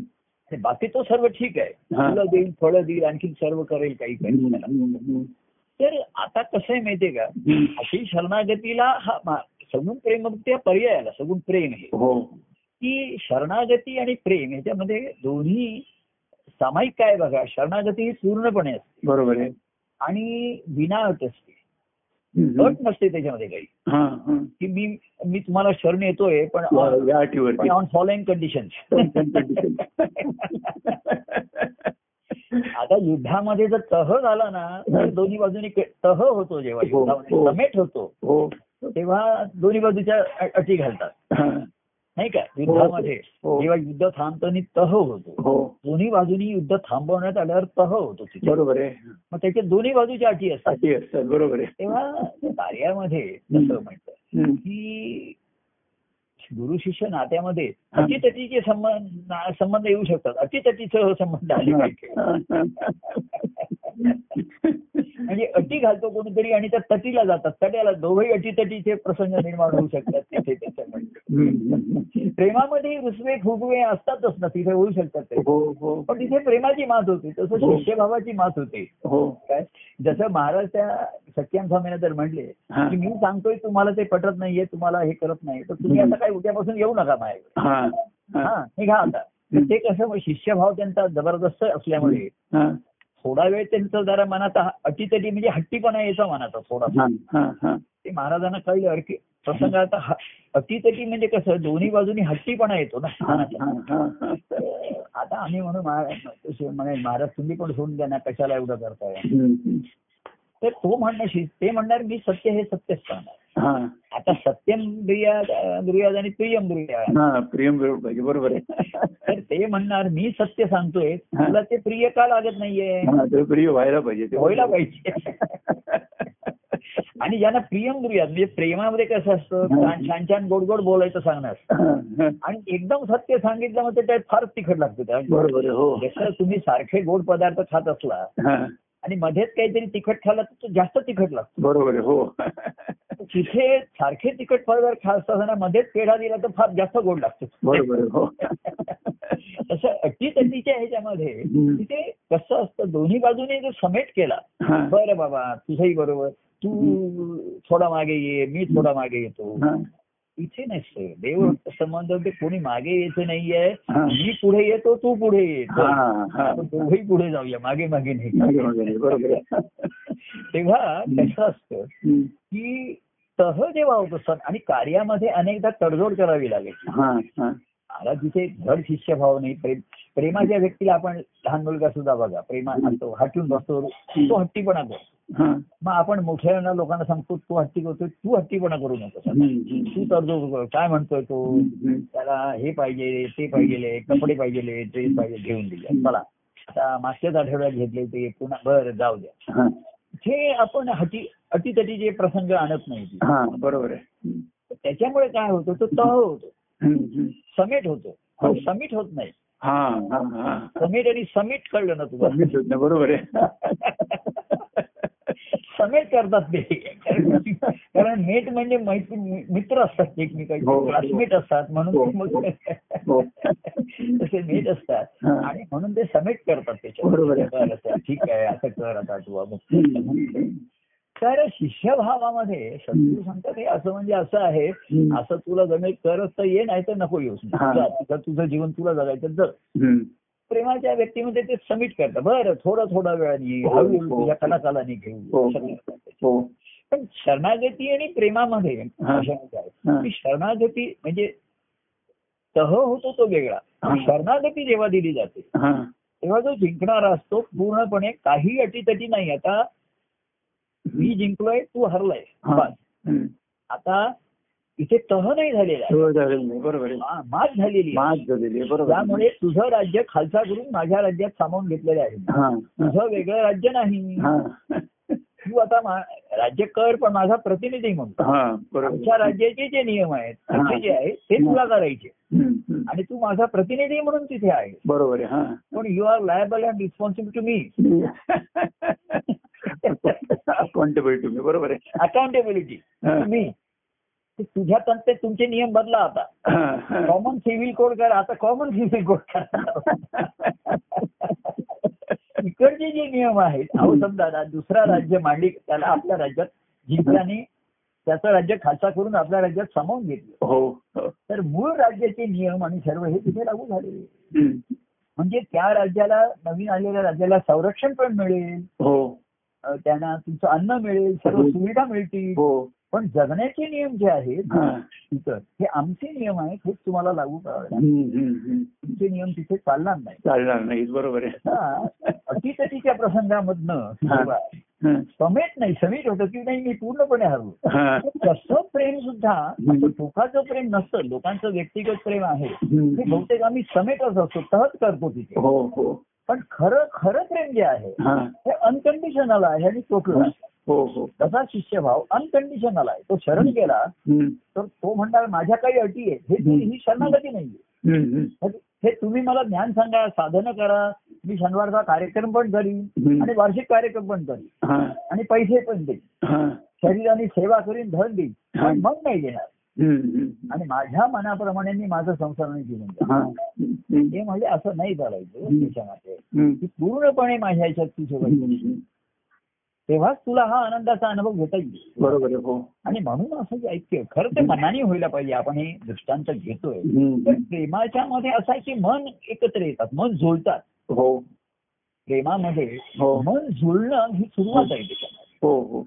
S1: आणि बाकी तो सर्व ठीक आहे
S2: हा.
S1: फुलं देईल फळं देईल आणखी सर्व करेल काही करेल
S2: हम्म.
S1: त्याला. तर आता कसं आहे माहितीये का
S2: हम्म.
S1: अशी शरणागतीला हा मा- सगुण प्रेम मग त्या पर्यायाला सगुण प्रेम हे
S2: हो
S1: की शरणागती आणि प्रेम ह्याच्यामध्ये दोन्ही सामायिक काय बघा शरणागती ही पूर्णपणे असते
S2: बरोबर आहे
S1: आणि विना अट असते
S2: हम्म, हम्म.
S1: अट नसते त्याच्यामध्ये काही
S2: हा, हा.
S1: की मी मी तुम्हाला शरण येतोय पण
S2: या- या अटीवरती
S1: ऑन फॉलोइंग कंडिशन
S2: हो.
S1: आता युद्धामध्ये जर तह झाला ना तर दोन्ही बाजूनी के- तह होतो जेव्हा
S2: हो,
S1: युद्धामध्ये
S2: हो.
S1: समेट होतो
S2: हो
S1: तेव्हा दोन्ही बाजूच्या अ- अटी घालतात
S2: हा,
S1: नाही का युद्धामध्ये
S2: हो.
S1: जेव्हा युद्ध थांबतं आणि तह होतो
S2: हो
S1: दोन्ही बाजूनी युद्ध थांबवण्यात आल्यावर तह होतो तिथे
S2: बरोबर आहे
S1: मग त्याच्या दोन्ही बाजूच्या अटी असतात
S2: अटी असतात बरोबर आहे
S1: तेव्हा कार्यामध्ये तसं म्हणतात
S2: हम्म.
S1: की गुरु शिष्य नात्यामध्ये
S2: हा.
S1: अटीतटीचे संबंध ना- संबंध येऊ शकतात अटीतटीचं संबंध आले पाहिजे. म्हणजे अटी घालतो कोणीतरी आणि त्या तटीला जातात तट्याला दोघही अटीतटीचे प्रसंग निर्माण होऊ शकतात तिथे त्याच्यामध्ये
S2: हम्म.
S1: प्रेमामध्ये रुसवे फुगवे असतातच ना तिथे होऊ शकतात ते
S2: हो हो
S1: पण तिथे प्रेमाची मात होते तसं
S2: हो.
S1: शिष्यभावाची मात होते
S2: हो
S1: काय जसं महाराज त्या सत्यान स्वामीला जर म्हणले
S2: हा.
S1: की मी सांगतोय तुम्हाला ते पटत नाहीये तुम्हाला हे करत नाही तर तुम्ही
S2: हम्म.
S1: आता काय उद्यापासून येऊ नका माझ्याकडे
S2: हा हा
S1: हा निघा आता तर ते कसं मग शिष्यभाव त्यांचा जबरदस्त असल्यामुळे
S2: हा
S1: थोडा वेळ त्यांचं जरा मनात हा- अटीतटी म्हणजे हट्टीपणा यायचा मनाचा थोडासा
S2: हा हा हा
S1: ते महाराजांना कळलं अरे की प्रसंग आता हा- अटीतटी म्हणजे कसं दोन्ही बाजूनी हट्टीपणा येतो ना
S2: हा,
S1: मनाचा.
S2: हा, हा, हा.
S1: तर आता आम्ही म्हणून महाराज म्हणे महाराज तुम्ही पण सोडून द्या ना कशाला एवढं करताय
S2: हम्म.
S1: तर तो म्हणणं शि- ते म्हणणार मी सत्य हे सत्यच सांगणार
S2: हा,
S1: आता सत्यम दुर्याद दुर्याद आणि प्रियम दुर्याद
S2: हा, प्रेम बरोबर पाहिजे बरोबर आहे
S1: तर ते म्हणणार मी सत्य सांगतोय तुला ते प्रिय का लागत नाहीये
S2: हा, ते प्रिय व्हायला पाहिजे ते
S1: व्हायला पाहिजे आणि ज्यांना प्रियम दुर्यात म्हणजे प्रेमामध्ये कसं असतं छान- छान छान गोड गोड बोलायचं सांगणं असतं
S2: हा, हा.
S1: आणि एकदम सत्य सांगितलं म्हणजे त्यात फार तिखट लागतं त्या
S2: बरोबर आहे, हो
S1: जसं तुम्ही सारखे गोड पदार्थ खात असला
S2: हा,
S1: आणि मध्येच काहीतरी तिखट खाल्ला तर तो जास्त तिखट लागतो
S2: बरोबर आहे, हो
S1: तिथे सारखे तिखट पदार्थ खात असताना मध्येच पेढा दिला तर फार जास्त गोड लागतो
S2: बरोबर आहे, हो
S1: तसं अटीतटीच्या ह्याच्यामध्ये
S2: हम्म.
S1: तिथे कसं असतं दोन्ही बाजूने जर समेट केला
S2: हा,
S1: बरं बाबा तुझंही बरोबर तू थोडा मागे ये मी थोडा मागे येतो
S2: हा,
S1: इथे नसतं देव संबंध ते कोणी मागे यायचं नाहीये
S2: हा.
S1: मी पुढे येतो तू पुढे येतो
S2: हा, हा.
S1: आपण दोघही पुढे जाऊया मागे मागे नाही
S2: मागे मागे नाही, बरोबर आहे.
S1: तेव्हा
S2: हम्म.
S1: कसं असतं
S2: हम्म.
S1: की तह जेव्हा होत असतात आणि कार्यामध्ये अनेकदा तडजोड करावी लागायची
S2: हा, हा.
S1: मला तिथे धड शिष्यभाव नाही प्रेम प्रेमाच्या व्यक्तीला आपण लहान मुलगा सुद्धा बघा प्रेमा असतो हटून बसतो तो हट्टीपणा करतो
S2: हा.
S1: मग आपण मोठ्या लोकांना सांगतो तू हट्टी करतोय तू हट्टीपणा करू नको
S2: हम्म,
S1: तू
S2: हम्म.
S1: तडजोड कर काय म्हणतोय तो
S2: हम्म.
S1: त्याला हे पाहिजे ते पाहिजे कपडे पाहिजे ड्रेस पाहिजे घेऊन दिले चला आता मागच्याच आठवड्यात घेतले ते पुन्हा बरं जाऊ द्या
S2: हा,
S1: हे आपण हटी अटीतटीचे प्रसंग आणत नाही
S2: हा, बरोबर आहे हम्म,
S1: त्याच्यामुळे काय होतं तो तह होतो
S2: हम्म, हम्म.
S1: समेट होतो
S2: हो.
S1: पण समिट होत नाही
S2: हा हा हा
S1: समेट आणि समिट कळलं ना तुला
S2: अगदी सुद्धा बरोबर आहे
S1: समेट करतात ते कारण मेट म्हणजे मैत्री मित्र असतात एकमेकांचे
S2: हो, हो.
S1: क्लासमेट असतात
S2: हो.
S1: म्हणून ते मग
S2: हो.
S1: तसे मेट असतात
S2: हा.
S1: आणि म्हणून ते समेट करतात
S2: बरोबर आहे.
S1: कर असं, ठीक आहे असं कर आता तू अमुक.
S2: हम्म, हम्म.
S1: तर शिष्यभावामध्ये सद्गुरू सांगतात हे असं म्हणजे असं आहे
S2: हम्म.
S1: असं तुला जमेल करत तर ये नाही तर नको येऊस
S2: हा.
S1: जा, तुझं तुझं जीवन तुला जगायचं जग
S2: हम्म.
S1: प्रेमाच्या व्यक्तीमध्ये ते समिट करतात बरं थोडा थोडा वेळाने
S2: हो,
S1: हळूहळू
S2: हो.
S1: तुझ्या कलाकालाने घेऊ
S2: हो.
S1: असं करतात.
S2: हो
S1: पण शरणागती आणि प्रेमामध्ये
S2: हा.
S1: अशामध्ये आहे
S2: हा.
S1: की शरणागती म्हणजे तह होतो तो वेगळा
S2: हा.
S1: शरणागती जेव्हा दिली जाते
S2: हा
S1: तेव्हा जो जिंकणारा असतो पूर्णपणे काही अटीतटी नाही आता मी जिंकलोय तू हरलाय
S2: हा.
S1: बस.
S2: हम्म.
S1: आता इथे तह नाही झालेला
S2: हो, झालेलं नाही, बरोबर आहे
S1: मा- मात झालेली आहे.
S2: मात झालेली आहे, बरोबर आहे.
S1: त्यामुळे तुझं राज्य खालसा करून माझ्या राज्यात सामावून घेतलेले आहे
S2: हा
S1: तुझं वेगळं राज्य नाही
S2: हा
S1: तू आता मा- राज्य कर पण माझा प्रतिनिधी म्हणतो
S2: हा
S1: आमच्या
S2: बरोबर
S1: राज्याचे जे नियम आहेत
S2: हा.
S1: तिथे जे आहेत ते तुला करायचे
S2: हम्म, हम्म.
S1: आणि तू माझा प्रतिनिधी म्हणून तिथे आहे
S2: बरोबर आहे हा
S1: पण you are liable and responsible to me
S2: accountable तुम्ही बरोबर आहे
S1: अकाउंटेबिलिटी
S2: हा.
S1: मी ते तुझ्या तंते तुमचे नियम बदला आता
S2: हा, हा.
S1: कॉमन सिव्हिल कोड करा आता कॉमन सिव्हिल कोड करा इकडचे जे नियम आहेत अहो समजा रा- दुसरा राज्य मांडली त्याला आपल्या राज्यात जिंकल्याने त्याचं राज्य खालसा करून आपल्या राज्यात सामावून घेतलं
S2: हो हो.
S1: तर मूळ राज्याचे नियम आणि सर्व हे तिथे लागू झाले
S2: हम्म.
S1: म्हणजे त्या राज्याला नवीन आलेल्या राज्याला संरक्षण पण मिळेल
S2: हो
S1: अ, त्यांना तुमचं अन्न मिळेल सर्व
S2: हो.
S1: सुविधा मिळतील
S2: हो
S1: पण जगण्याचे नियम जे आहेत
S2: हा.
S1: तिथं हे आमचे नियम आहेत हेच तुम्हाला लागू करावे लागतील.
S2: हम्म, हम्म, हम्म.
S1: तुमचे नियम तिथे चालणार नाही
S2: चालणार नाही बरोबर आहे
S1: हा, अटीतटीच्या प्रसंगामधनं किंवा
S2: हं.
S1: समेट नाही समेट होतं की नाही मी पूर्णपणे हरलो
S2: हा.
S1: तसं प्रेम सुद्धा असं टोकाचं प्रेम नसतं लोकांचं व्यक्तिगत प्रेम आहे ते
S2: हम्म.
S1: बहुतेक आम्ही समेटच असतो तहत करतो तिथे
S2: हो हो
S1: पण खरं खरं प्रेम जे आहे
S2: हा.
S1: हे अनकंडिशनल आहे आणि टोटल
S2: हो हो
S1: तसा शिष्यभाव अनकंडिशनल आहे तो शरण गेला
S2: हम्म.
S1: तर तो म्हणणार माझ्या काही अटी आहेत हे तुम्ही- ही शरणागती नाहीये
S2: हम्म, हम्म.
S1: हे- हे तुम्ही मला ज्ञान सांगा साधनं करा मी शनिवारचा कार्यक्रम पण करीन
S2: हम्म.
S1: आणि वार्षिक कार्यक्रम पण करीन
S2: हा.
S1: आणि पैसे पण देईन
S2: हा.
S1: शरीराने सेवा करीन धन देईन
S2: हा.
S1: पण मग नाही देणार
S2: हम्म, हम्म.
S1: आणि माझ्या मनाप्रमाणे मी माझं संसाराने जीवन जगेन.
S2: हा. हम्म.
S1: ते म्हणजे असं नाही चालायचं
S2: हम्म.
S1: त्याच्यामध्ये की
S2: हम्म.
S1: पूर्णपणे माझ्या ह्याच्यात तुझे
S2: हम्म.
S1: तेव्हाच तुला हा आनंदाचा अनुभव घेता येईल
S2: बरोबर आहे हो
S1: आणि म्हणून असं जे ऐक्य खरं ते मनाने व्हायला पाहिजे आपण हे दृष्टांत घेतोय
S2: हम्म.
S1: पण प्रेमाच्या मध्ये असं आहे की मन एकत्र येतात मन जुळतात
S2: हो
S1: प्रेमामध्ये
S2: हो.
S1: मन जुळणं ही सुरुवात आहे त्याच्यामध्ये
S2: हो हो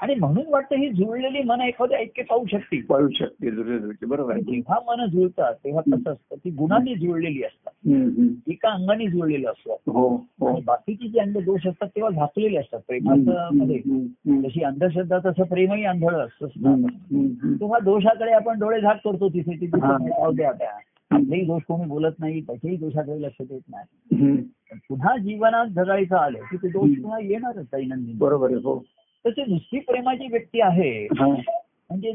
S1: आणि म्हणून वाटतं ही जुळलेली मन एखादं ऐक्य पाहू शकतील
S2: पाळू शकते दुर्योधनचे बरोबर
S1: पण
S2: आहे
S1: जेव्हा मन जुळतात तेव्हा कसं असतं ती गुणांनी जुळलेली असतात
S2: हम्म, हम्म.
S1: एका अंगाने जुळलेलं असतात
S2: हो हो
S1: आणि बाकीचे जे अंग दोष असतात तेव्हा झाकलेले असतात
S2: हम्म,
S1: प्रेमाचं मध्ये
S2: हम्म, हम्म.
S1: जशी अंधश्रद्धा तसं प्रेमही आंधळ असतं
S2: हम्म, हम्म, हम्म.
S1: तेव्हा दोषाकडे आपण डोळे झाक करतो तिथे तिथे
S2: हा.
S1: जाऊ द्या त्या आपलेही दोष कोणी बोलत नाही त्याच्याही दोषाकडे लक्ष देत नाही
S2: हम्म.
S1: पण पुन्हा जीवनात जगायचं आलं की ते दोष
S2: हम्म.
S1: पुन्हा येणारच दैनंदिन
S2: बरोबर आहे हो
S1: तर ते नुसती प्रेमाची व्यक्ती आहे
S2: हा.
S1: म्हणजे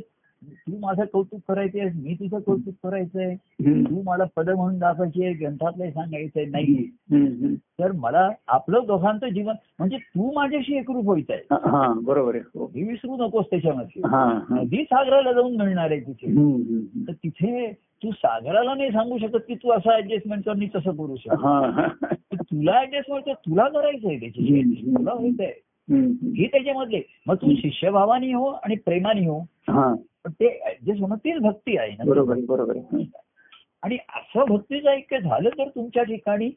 S1: तू माझं कौतुक करायचंय मी तुझं कौतुक करायचंय
S2: हम्म.
S1: तू मला पद म्हणून दाखवायची आहे ग्रंथातलं सांगायचंय नाही
S2: हम्म, हम्म.
S1: तर मला आपलं दोघांचं जीवन म्हणजे तू माझ्याशी एकरूप व्हायचं आहे
S2: हा, हा बरोबर आहे हो
S1: हे विसरू नकोस त्याच्यामध्ये
S2: हा हा
S1: नदी सागराला जाऊन मिळणार आहे तिथे
S2: हम्म, हम्म.
S1: तर तिथे तू सागराला नाही सांगू शकत की तू असं ऍडजस्टमेंट कर मी तसं करू शकत
S2: हा हा.
S1: तर तुला ऍडजस्टमेंट तुला करायचंय त्याच्याशी adjust. तुला व्हायचंय
S2: हम्म.
S1: हे त्याच्यामधले मग तू शिष्यभावानी हो आणि प्रेमाने हो
S2: हा
S1: पण ते ऍडजस्ट होणं तीच भक्ती आहे ना
S2: बरोबर आहे बरोबर आहे
S1: आणि असं भक्तीचं ऐक्य झालं तर तुमच्या ठिकाणी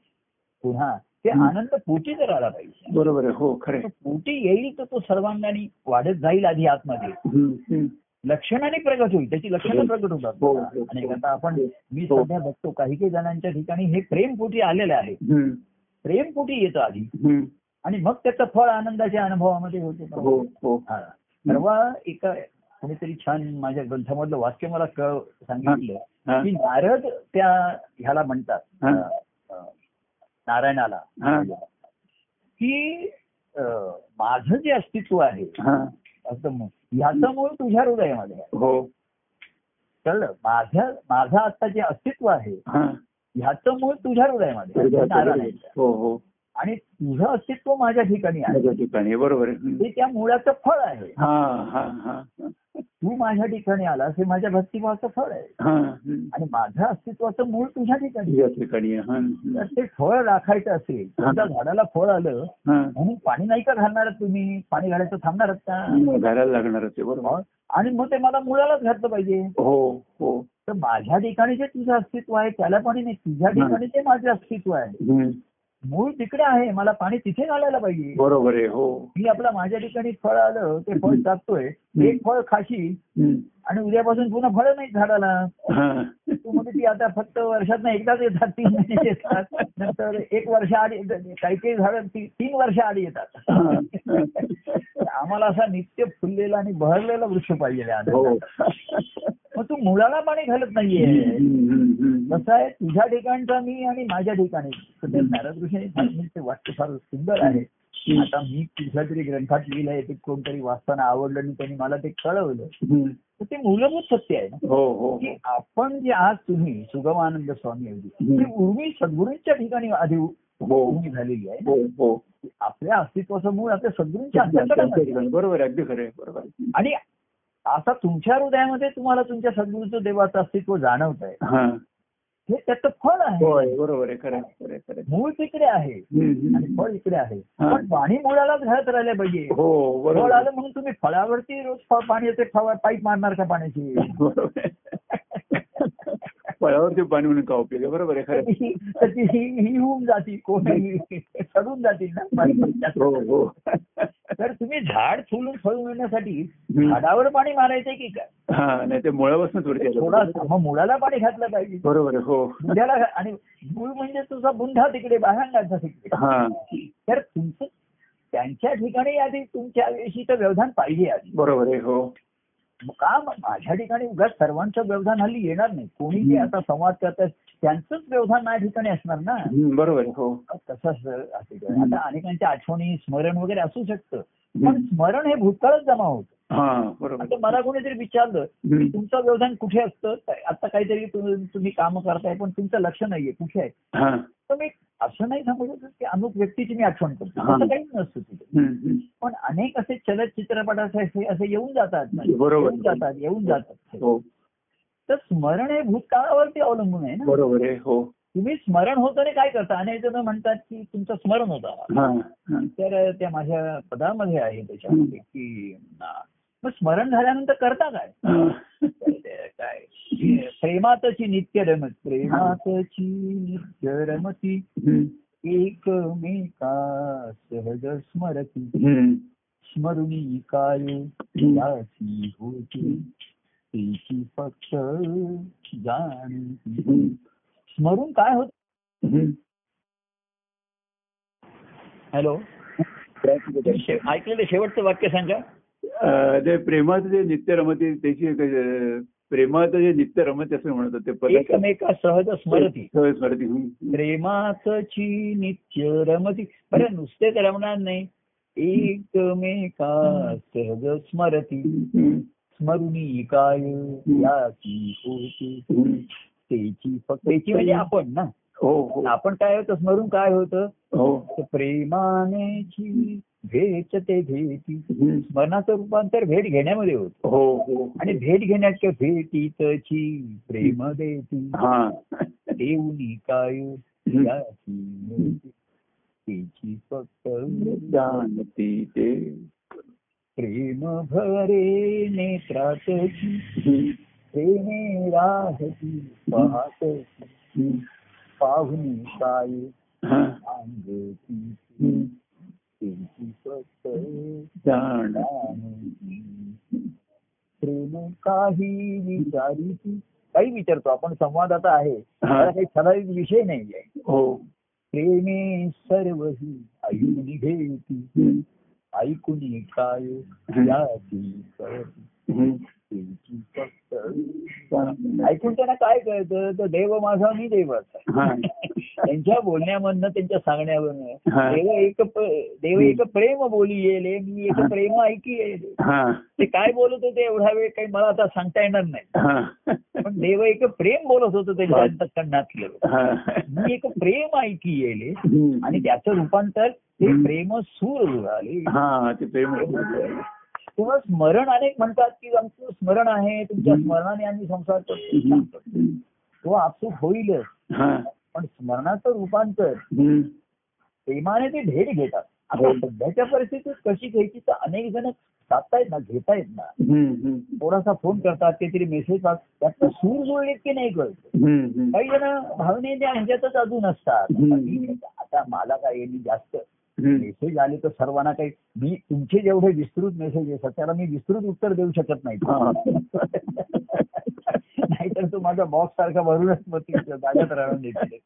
S1: पुन्हा ते
S2: हं.
S1: आनंद पोटी तर आला पाहिजे
S2: बरोबर आहे हो खरे
S1: तो पोटी येईल तर तो सर्वांगाने वाढत जाईल आधी आतमध्ये लक्षणाने प्रगट होईल त्याची लक्षणं प्रगट
S2: हो,
S1: होतात
S2: हो, हो.
S1: आणि आता आपण मी
S2: हो.
S1: सध्या बघतो काही काही जणांच्या ठिकाणी हे प्रेम पोटी आलेलं आहे प्रेम पोटी येतं आधी आणि मग त्याचं फळ आनंदाच्या अनुभवामध्ये
S2: हो
S1: होते
S2: हो
S1: हा. परवा एका कोणीतरी छान माझ्या ग्रंथामधलं वाक्य मला कळ सांगितलं
S2: हा.
S1: की नारद त्या ह्याला म्हणतात
S2: हा.
S1: अ, अ, नारायणाला
S2: हा.
S1: की अ, माझं जे अस्तित्व आहे
S2: हा
S1: असं मू- ह्याचं मूळ तुझ्या हृदयामध्ये आहे
S2: हो
S1: कळलं माझ्या माझं आता जे अस्तित्व आहे
S2: हा
S1: ह्याचं मूळ तुझ्या हृदयामध्ये आहे. नारायणाच्या.
S2: हो हो
S1: आणि तुझं अस्तित्व माझ्या ठिकाणी आहे
S2: माझ्या ठिकाणी बरोबर आहे हम्म.
S1: ते त्या मुळाचं फळ आहे
S2: हा हा हा हा.
S1: तू माझ्या ठिकाणी आलास हे माझ्या भक्तिभावाचं फळ आहे
S2: हा हम्म.
S1: आणि माझं अस्तित्वाचं मूळ तुझ्या ठिकाणी
S2: या ठिकाणी आहे. हा हम्म.
S1: तर ते फळ राखायचं असेल
S2: हा.
S1: समजा झाडाला फळ आलं
S2: हा
S1: म्हणून पाणी नाही का घालणार तुम्ही पाणी घालायचं थांबणार का
S2: मग घालायला लागणारच आहे बरोबर
S1: मग- आणि मग ते मला मुळालाच घातलं पाहिजे
S2: हो हो
S1: तर माझ्या ठिकाणी जे तुझं अस्तित्व आहे त्याला पाणी नाही तुझ्या ठिकाणी ते माझं अस्तित्व आहे
S2: हम्म.
S1: मूळ तिकडे आहे मला पाणी तिथे घालायला पाहिजे
S2: बरोबर आहे हो
S1: मी आपलं माझ्या ठिकाणी फळ आलं ते फळ
S2: हम्म.
S1: टाकतोय
S2: हम्म.
S1: एक फळ खाशील
S2: हम्म.
S1: आणि उद्यापासून पुन्हा फळ नाही झाडाला
S2: हा
S1: तू म्हणजे ती आता फक्त वर्षात एकदाच येतात तीन महिने येतात नंतर एक वर्ष आधी काही काही झाडं ती- तीन वर्ष आधी येतात
S2: हा.
S1: तर आम्हाला असा नित्य फुललेला आणि बहरलेला वृक्ष पाहिजे आहे
S2: हो
S1: आनंदाचा. मग तू मुळाला पाणी घालत नाहीये
S2: हम्म, हम्म, हम्म.
S1: कसं आहे तुझ्या ठिकाणचा मी आणि माझ्या ठिकाणी तर ते नारद ऋषीने सांगितलं ते वाक्य फार सुंदर आहे आता मी कुठल्या तरी ग्रंथात लिहिलंय ते कोणतरी वाचताना आवडलं आणि त्यांनी मला ते कळवलं
S2: हम्म.
S1: तर ते मूलभूत सत्य आहे ना
S2: हो हो
S1: की आपण जे आज तुम्ही सुगमानंद स्वामी ऐवजी
S2: हम्म.
S1: ते उर्मी सद्गुरूंच्या ठिकाणी आधी
S2: हो
S1: उर्मी झालेली आहे
S2: हो हो
S1: आपल्या अस्तित्वाचं मूळ आपल्या सद्गुरूंच्या अंतकरणात आहे.
S2: बरोबर आहे, अगदी खरं आहे बरोबर आहे.
S1: आणि आता तुमच्या हृदयामध्ये तुम्हाला तुमच्या सद्गुरूचं देवाचं अस्तित्व जाणवत आहे
S2: हा
S1: हे त्याचं फळ आहे
S2: होय बरोबर आहे खरं आहे, खरं आहे, खरं आहे.
S1: मूळ तिकडे आहे
S2: हम्म,
S1: आणि
S2: हम्म.
S1: फळ इकडे आहे
S2: हा.
S1: पण पाणी मुळाला घालत राहिल्या पाहिजे
S2: हो
S1: फळ
S2: बरोबर
S1: आलं म्हणून तुम्ही फळावरती रोज फळ पाणी येते फळ पाईप मारणार का पाण्याची
S2: हो. बरोबर आहे. फळावरती पाणी म्हणून का उपयोग आहे बरोबर आहे खरं
S1: तर
S2: आहे.
S1: ती- तर ती ही ही होऊन जाती कोणी सडून जातील ना पाणी पण जास्त.
S2: हो हो
S1: तर तुम्ही झाड फुलून फळ मिळण्यासाठी
S2: हम्म.
S1: झाडावर पाणी मारायचंय की काय
S2: हा नाही ते मुळापासूनच वरती आलं.
S1: थोडा म्हणजे मग मुळाला पाणी घातलं पाहिजे
S2: बरोबर आहे, हो
S1: बुंध्याला घा- आणि मूळ म्हणजे तुझा बुंधा तिकडे बाहांगाचा तिकडे
S2: हा
S1: तर तुमचं त्यांच्या ठिकाणी आधी तुमच्या तर व्यवधान पाहिजे आधी
S2: बरोबर आहे हो
S1: का म- माझ्या ठिकाणी उगाच सर्वांचं व्यवधान हल्ली येणार नाही कोणी जे आता संवाद करतात त्यांचंच व्यवधान माझ्या ठिकाणी असणार ना
S2: हम्म, बरोबर आहे हो
S1: तसं असं- असं
S2: हम्म.
S1: आता अनेकांच्या आठवणी स्मरण वगैरे असू शकतं पण
S2: हम्म.
S1: स्मरण हे भूतकाळच जमा होतं
S2: हा बरोबर
S1: आता मला कोणीतरी विचारलं
S2: हम्म.
S1: तुमचं व्यवधान कुठे असतं काय- आता काहीतरी तु- तुम्ही काम करताय पण तुमचं लक्ष नाहीये कुठे आहे
S2: हा
S1: तर मी असं नाही सांगू शकत की अमुक व्यक्तीची मी आठवण करतो
S2: हा.
S1: असं काहीच नसतं तिथे
S2: हम्म, हम्म.
S1: पण अनेक असे चलचित्रपट असे असे- असे येऊन जातात ना.
S2: बरोबर.
S1: येऊन जातात येऊन जातात
S2: हो
S1: तर स्मरण हे भूतकाळावरती अवलंबून आहे ना
S2: बरोबर आहे हो
S1: तुम्ही स्मरण होतं आणि काय करता अनेक जण म्हणतात की तुमचं स्मरण होतं
S2: हा हा.
S1: तर त्या माझ्या पदामध्ये आहे त्याच्यामध्ये की अं, मग स्मरण झाल्यानंतर करता काय
S2: हा.
S1: तर काय प्रेमातची नित्य रमत प्रेमातची नित्य रमती
S2: हम्म.
S1: एकमेका सहज स्मरती
S2: हम्म.
S1: स्मरुणी काय याची होती तिची फक्त जाणती
S2: हम्म.
S1: स्मरून काय होत
S2: हम्म.
S1: हॅलो शे- ऐकलेलं शेवटचं वाक्य सांगा
S2: अं, ते प्रेमात जे नित्य रमते त्याची एक, अं, प्रेमात जे नित्य रमते असं म्हणत होते पदार्थ.
S1: एकमेका सहज स्मरती
S2: होय, स्मरती हम्म.
S1: प्रेमाची नित्य रमती बरं नुसतेच रमणार नाही एकमेका सहज स्मरती
S2: हम्म.
S1: स्मरुणी काय याची होती
S2: हम्म.
S1: तेची फक्त तेची म्हणजे आपण ना
S2: हो हो
S1: आपण काय होतं स्मरून काय होतं
S2: हो
S1: तर प्रेमानेची भेट ते घेती
S2: हम्म.
S1: स्मरणाचं रूपांतर भेट घेण्यामध्ये होतं
S2: हो हो
S1: आणि भेट घेण्याच्या भेटीतची प्रेम देती
S2: हा
S1: देऊनी काय
S2: हम्म.
S1: याची मूर्ती. तिची फक्त
S2: जाणती ते
S1: प्रेम भरे नेत्रातची
S2: हम्म.
S1: प्रेमे राहती पाहत
S2: हम्म.
S1: पाहुनी काय
S2: हा.
S1: अंगती
S2: हम्म.
S1: तिची फक्त
S2: जाण
S1: जाणती. प्रेम काही विचारिती काही विचारतो आपण संवाद आता आहे
S2: हा.
S1: त्याला काही ठराविक विषय नाहीये
S2: हो
S1: प्रेमे सर्व ही ऐकून घेती
S2: हम्म.
S1: ऐकून काय याची कळती
S2: हम्म.
S1: त्यांची फक्त
S2: जाण.
S1: ऐकून त्यांना काय कळतं तर देव माझा मी देवाचा
S2: हा.
S1: त्यांच्या बोलण्यामधनं त्यांच्या सांगण्यावरनं
S2: हा.
S1: देव एक प- देव एक प्रेम बोली येले मी एक
S2: हा.
S1: प्रेम ऐकी येले
S2: हा.
S1: ते काय बोलत होते एवढा वेळ काही मला आता सांगता येणार नाही
S2: हा.
S1: पण देव एक प्रेम बोलत होतं त्यांच्या अंतःकरणातलं
S2: हा.
S1: मी एक प्रेम ऐकी येले
S2: हम्म.
S1: आणि त्याचं रूपांतर ते
S2: हम्म.
S1: प्रेम सूर झाले
S2: हा ते प्रेम हम्म.
S1: तेव्हा स्मरण अनेक म्हणतात की आमचं स्मरण आहे तुमच्या
S2: हम्म.
S1: स्मरणाने आम्ही संसार करतो तो आपसूक होईलच
S2: हा.
S1: पण स्मरणाचं रूपांतर
S2: हम्म.
S1: प्रेमाने ते भेट घेतात आता
S2: हो.
S1: सध्याच्या परिस्थितीत कशी घ्यायची तर अनेक जण जातायत ना घेतायत ना
S2: हम्म. हम्म.
S1: थोडासा फोन करतात काहीतरी मेसेज त्यातनं सूर जुळलेत की नाही कळत
S2: हम्म.
S1: काही जण भावने त्या ह्याच्यातच अजून असतात
S2: हम्म.
S1: ठीक आहे. आता मला काय आहे, मी जास्त
S2: हम्म.
S1: मेसेज आले तर सर्वांना काही मी तुमचे जेवढे विस्तृत मेसेज असतात त्याला मी विस्तृत उत्तर देऊ शकत नाही
S2: हा.
S1: नाहीतर तो माझा बॉक्स सारखा भरूनच मग ती जागेत राहून देते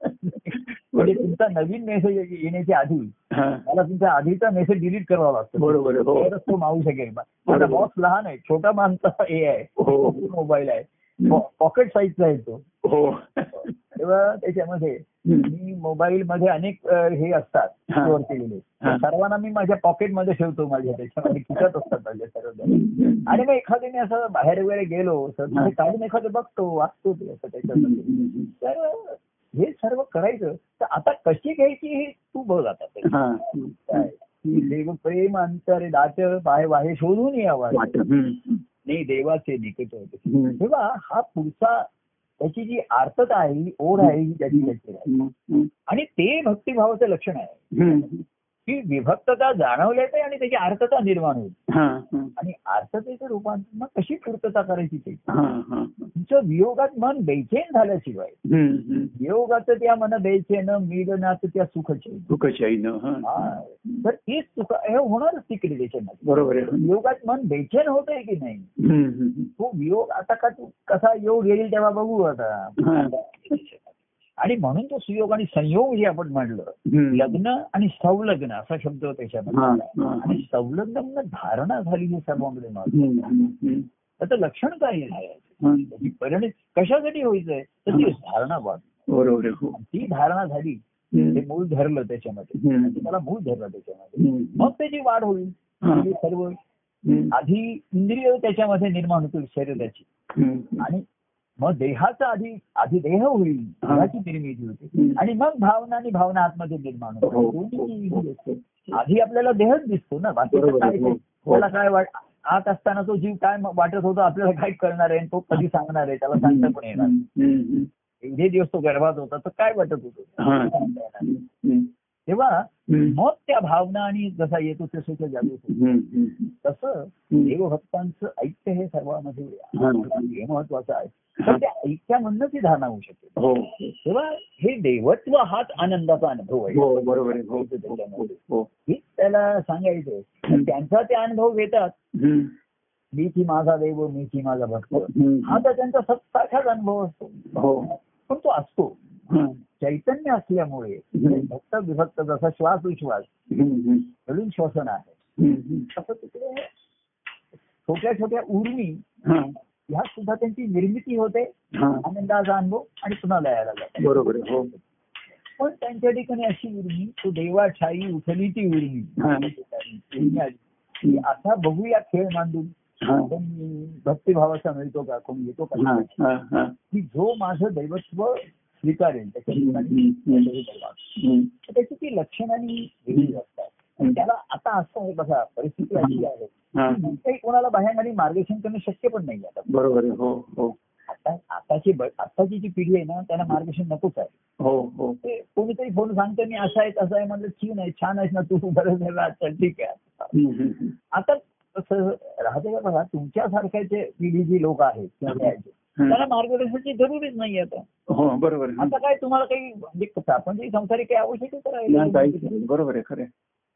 S1: म्हणजे तुमचा नवीन मेसेज येण्याच्या आधी
S2: हा.
S1: मला तुमचा आधीचा मेसेज डिलीट करावा लागतो
S2: बरोबर आहे, हो
S1: तरच तो मावू शकेल माझा बॉक्स लहान आहे छोटा माणसा हे आहे
S2: हो
S1: मोबाईल आहे पॉकेट साईजचा आहे तो
S2: हो
S1: तेव्हा त्याच्यामध्ये
S2: हम्म.
S1: मी मोबाईल मध्ये अनेक अ, हे असतात
S2: हा.
S1: स्टोअर केलेले
S2: हा.
S1: सर्वांना मी माझ्या पॉकेटमध्ये ठेवतो माझ्या त्याच्यामध्ये खिचत असतात माझे सर्व जण. आणि मग एखाद्याने असं बाहेर वगैरे गेलो असं
S2: हा.
S1: म्हणजे काढून एखादं बघतो वाचतो ते असं त्याच्यामध्ये
S2: हम्म.
S1: तर हे सर्व करायचं तर आता कशी घ्यायची हे तू बघ आता ते.
S2: हा.
S1: काय? की देव प्रेम अंतर दाच बाय वाहे शोधून यावा
S2: वाटत. हम्म.
S1: नाही देवाचे निकट होते
S2: हम्म.
S1: तेव्हा हा पुढचा त्याची जी आर्तता आहे ही ओढ आहे ही त्याची व्यक्ती आहे आणि ते भक्तिभावाचं लक्षण आहे की विभक्तता जाणवल्या ते आणि त्याची आर्तता निर्माण होईल आणि आर्ततेचं रूपांतर मग कशी पूर्तता करायची ते तुमचं वियोगात मन बेचैन झाल्याशिवाय वियोगाचं त्या मन बेचैन मिलनाचं त्या सुखचे हा. तर तीच सुख हे होणारच तिकडे त्याच्यामध्ये
S2: बरोबर आहे
S1: वियोगात मन बेचैन होत आहे की नाही
S2: हम्म, हम्म.
S1: तो वियोग आता का तू कसा योग येईल तेव्हा बघू आता आणि म्हणून तो सुयोग आणि संयोग जे आपण म्हणलं
S2: हम्म.
S1: लग्न आणि संलग्न असा शब्द
S2: हा,
S1: त्याच्यामध्ये
S2: हा.
S1: आणि संलग्न म्हणजे धारणा झालेली सर्वांकडे मग.
S2: हम्म, हम्म,
S1: त्याचं लक्षण काय आहे
S2: हम्म.
S1: त्याची परिणाम म्हणजे कशासाठी व्हायचंय तर ती धारणा वाढ
S2: बरोबर आहे हो.
S1: ती धारणा झाली ते
S2: हम्म.
S1: मूल धरलं त्याच्यामध्ये
S2: हम्म.
S1: त्याला मूल धरलं त्याच्यामध्ये
S2: हम्म.
S1: मग त्याची वाढ होईल
S2: हा.
S1: म्हणजे सर्व
S2: हम्म.
S1: आधी इंद्रिय त्याच्यामध्ये निर्माण होतील शरीराची
S2: हम्म.
S1: आणि मग देहाचा आधी आधी देह होईल
S2: हा.
S1: देहाची निर्मिती होते
S2: हम्म.
S1: आणि मग भावना आणि भावना आतमध्ये निर्माण
S2: हो,
S1: होते
S2: हो,
S1: दोन्ही
S2: हो,
S1: गोष्टी. आधी आपल्याला देहच दिसतो ना बाकी
S2: बरोबर
S1: काय
S2: आहे, हो,
S1: ते?
S2: हो.
S1: त्याला काय वाट आत असताना तो जीव काय म- वाटत होता आपल्याला काय करणार आहे आणि तो कधी सांगणार आहे त्याला सांगता पण येणार नाही.
S2: हम्म.
S1: एवढे दिवस तो गर्भात होता तर काय वाटत
S2: हा.
S1: होतो
S2: हम्म.
S1: तेव्हा
S2: हम्म.
S1: मग त्या भावना आणि जसा येतो ते सुद्धा जागृत होतो.
S2: हम्म.
S1: तसं
S2: हम्म.
S1: देवभक्तांचं ऐक्य हे सर्वांमध्ये
S2: हा.
S1: हे महत्वाचं आहे तर त्या ऐक्यामधनं ती धारणा होऊ शकते
S2: हो
S1: तेव्हा हे देवत्व हाच आनंदाचा अनुभव आहे
S2: हो बरोबर आहे हो हो हो
S1: हेच त्याला सांगायचंय तर त्यांचा ते अनुभव घेतात
S2: हम्म.
S1: मी की माझा देव मी की माझा भक्त हा
S2: हम्म.
S1: तर त्यांचा सत्सारखाच अनुभव असतो
S2: हो
S1: पण तो असतो
S2: हं.
S1: चैतन्य असल्यामुळे
S2: हम्म.
S1: भक्त विभक्त जसा श्वास उश्वास
S2: हम्म.
S1: मिळून श्वसन आहे
S2: हम्म.
S1: तसं तिकडे छोट्या छोट्या उर्मी
S2: हं.
S1: ह्या सुद्धा त्यांची निर्मिती होते
S2: हं.
S1: आनंदाचा अनुभव आणि पुन्हा लयाला जातात
S2: बरोबर आहे हो
S1: पण त्यांच्या ठिकाणी अशी उर्मी तो देवा ठाई उठली ती उर्मी
S2: हा.
S1: उर्मी आली. की आता बघूया खेळ मांडून
S2: हं.
S1: आपण भक्तिभावाचा मिळतो का कोण घेतो का
S2: हं. हं. हं.
S1: की जो माझं दैवत्व स्वीकारेल त्याच्या ठिकाणी
S2: हम्म.
S1: त्याच्याही दरबार.
S2: हम्म.
S1: तर त्याची ती लक्षणांनी वेगळी असतात आणि त्याला आता असं आहे बघा परिस्थिती अशी आहे की
S2: हं.
S1: काही कोणाला बाहेर मार्गदर्शन करणं शक्य पण नाही आता
S2: बरोबर आहे हो हो
S1: आता आताची ब- आताची जी पिढी आहे ना त्यांना मार्गदर्शन नकोच आहे
S2: हो हो
S1: ते कोणीतरी फोन सांगतो मी असा आहे तसा आहे म्हणलं ठीक आहे छान आहेस ना तू बरं झालं अच्छा ठीक आहे
S2: हम्म. हम्म.
S1: आता कसं राहते का बघा तुमच्यासारख्याचे पिढी जी लोक आहेत किंवा जे आहेत,
S2: हं.
S1: त्यांना मार्गदर्शनाची जरुरीच नाही आता
S2: हो बरोबर आहे
S1: आता काय तुम्हाला काही म्हणजे कसं आपण जे संसारी काही आवश्यकच
S2: नाही,
S1: राहील
S2: काहीच नाही. बरोबर आहे खरे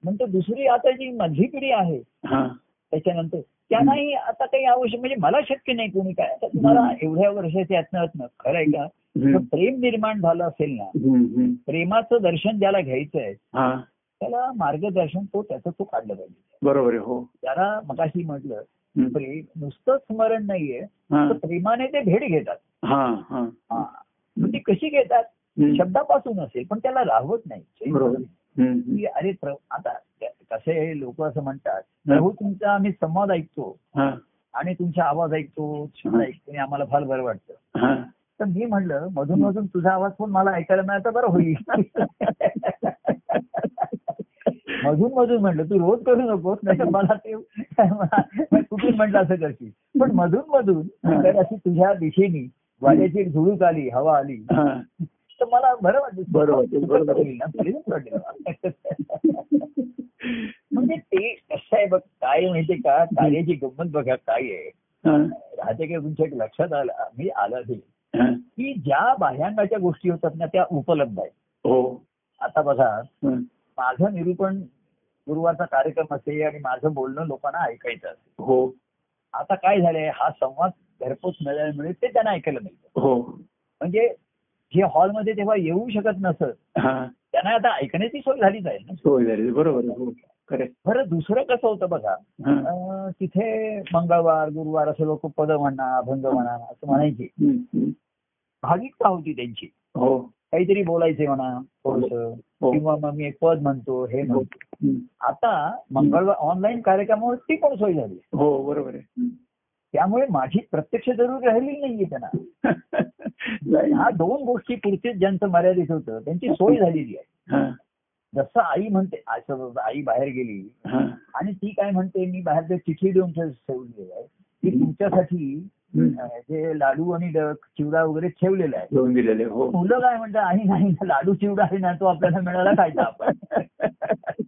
S1: म्हणजे दुसरी आता जी माझी पिढी आहे
S2: हा
S1: त्याच्यानंतर त्यांनाही आता काही आवश्यक म्हणजे मला शक्य नाही कोणी काय आता तुम्हाला एवढ्या वर्षाच्या यातनं खरं आहे का तर प्रेम निर्माण झालं असेल ना प्रेमाचं दर्शन ज्याला घ्यायचं आहे
S2: हा
S1: त्याला मार्गदर्शन तो त्याचं तो काढलं पाहिजे
S2: बरोबर आहे हो
S1: त्याला मगाशी म्हटलं
S2: हम्म.
S1: प्रेम नुसतं स्मरण नाहीये
S2: हा
S1: तर प्रेमाने ते भेट घेतात
S2: हा हा
S1: पण ती कशी घेतात
S2: हम्म.
S1: शब्दापासून असेल पण त्याला राहवत
S2: बरोबर
S1: नाही
S2: हम्म.
S1: की अरे प्र- आता कसे लोक असं म्हणतात
S2: हा.
S1: प्रभू तुमचा आम्ही संवाद ऐकतो
S2: हा
S1: आणि तुमचा आवाज ऐकतो छान ऐकतो आणि आम्हाला फार बरं वाटतं
S2: हा
S1: तर मी म्हणलं मधून मधून तुझा आवाज पण मला ऐकायला मिळाला तर बरं होईल मधून मधून म्हणलं तू रोज करू नकोस नाही तर मला ते मला- कुठून म्हटलं असं करशील पण मधून मधून जर अशी तुझ्या दिशेने वाऱ्याची एक झुळूक आली हवा आली
S2: हा
S1: तर मला बरं वाटलं
S2: बरोबर, बरोबर.
S1: होईल ना तरी बरं वाटेल. म्हणजे ते कसं आहे बघ काय माहितीये का कार्याची गंमत बघा काय आहे
S2: हा
S1: राहते काय तुमच्या एक लक्षात आला मी आला ते
S2: हा.
S1: की ज्या बाह्यांगाच्या गोष्टी होतात ना त्या उपलब्ध आहेत
S2: हो
S1: आता बघा
S2: हं.
S1: माझं निरूपण गुरुवारचा कार्यक्रम असेल आणि माझं बोलणं लोकांना ऐकायचं असते
S2: हो
S1: आता काय झालंय हा संवाद घरपोच मिळाल्यामुळे ते त्यांना ऐकायला मिळतं
S2: हो
S1: म्हणजे जे हॉलमध्ये तेव्हा येऊ शकत नसत
S2: हा
S1: त्यांना आता ऐकण्याची सोय झालीच आहे ना
S2: सोय झाली बरोबर आहे हो खरे
S1: बरं दुसरं कसं होतं बघा
S2: हा
S1: अं, तिथे मंगळवार गुरुवार असं लोक पद म्हणा अभंग म्हणा असं म्हणायचे
S2: हम्म. हम्म.
S1: भाविकता होती त्यांची
S2: हो
S1: काहीतरी बोलायचे म्हणा थोडस
S2: हो
S1: किंवा मग मी एक पद म्हणतो हे म्हणतो
S2: हम्म.
S1: आता मंगळवार ऑनलाईन कार्यक्रमावर ती पण सोय झाली
S2: हो बरोबर आहे हम्म.
S1: त्यामुळे माझी प्रत्यक्ष जरूर राहिली नाहीये त्यांना
S2: नाही.
S1: ह्या दोन गोष्टी पुरतीच ज्यांचं मर्यादित होतं त्यांची सोय झालेली आहे
S2: हा
S1: जसं आई म्हणते असं आई बाहेर गेली
S2: हा
S1: आणि ती काय म्हणते मी बाहेर ते चिठी देऊन ठेव- ठेवली आहे की तुमच्यासाठी
S2: हम्म.
S1: अं, जे लाडू आणि ड- चिवडा वगैरे ठेवलेला आहे
S2: घेऊन दिलेले हो
S1: मुलं काय म्हणतात आणि नाही ना लाडू चिवडा आहे ना तो आपल्याला मिळाला खायचा आपण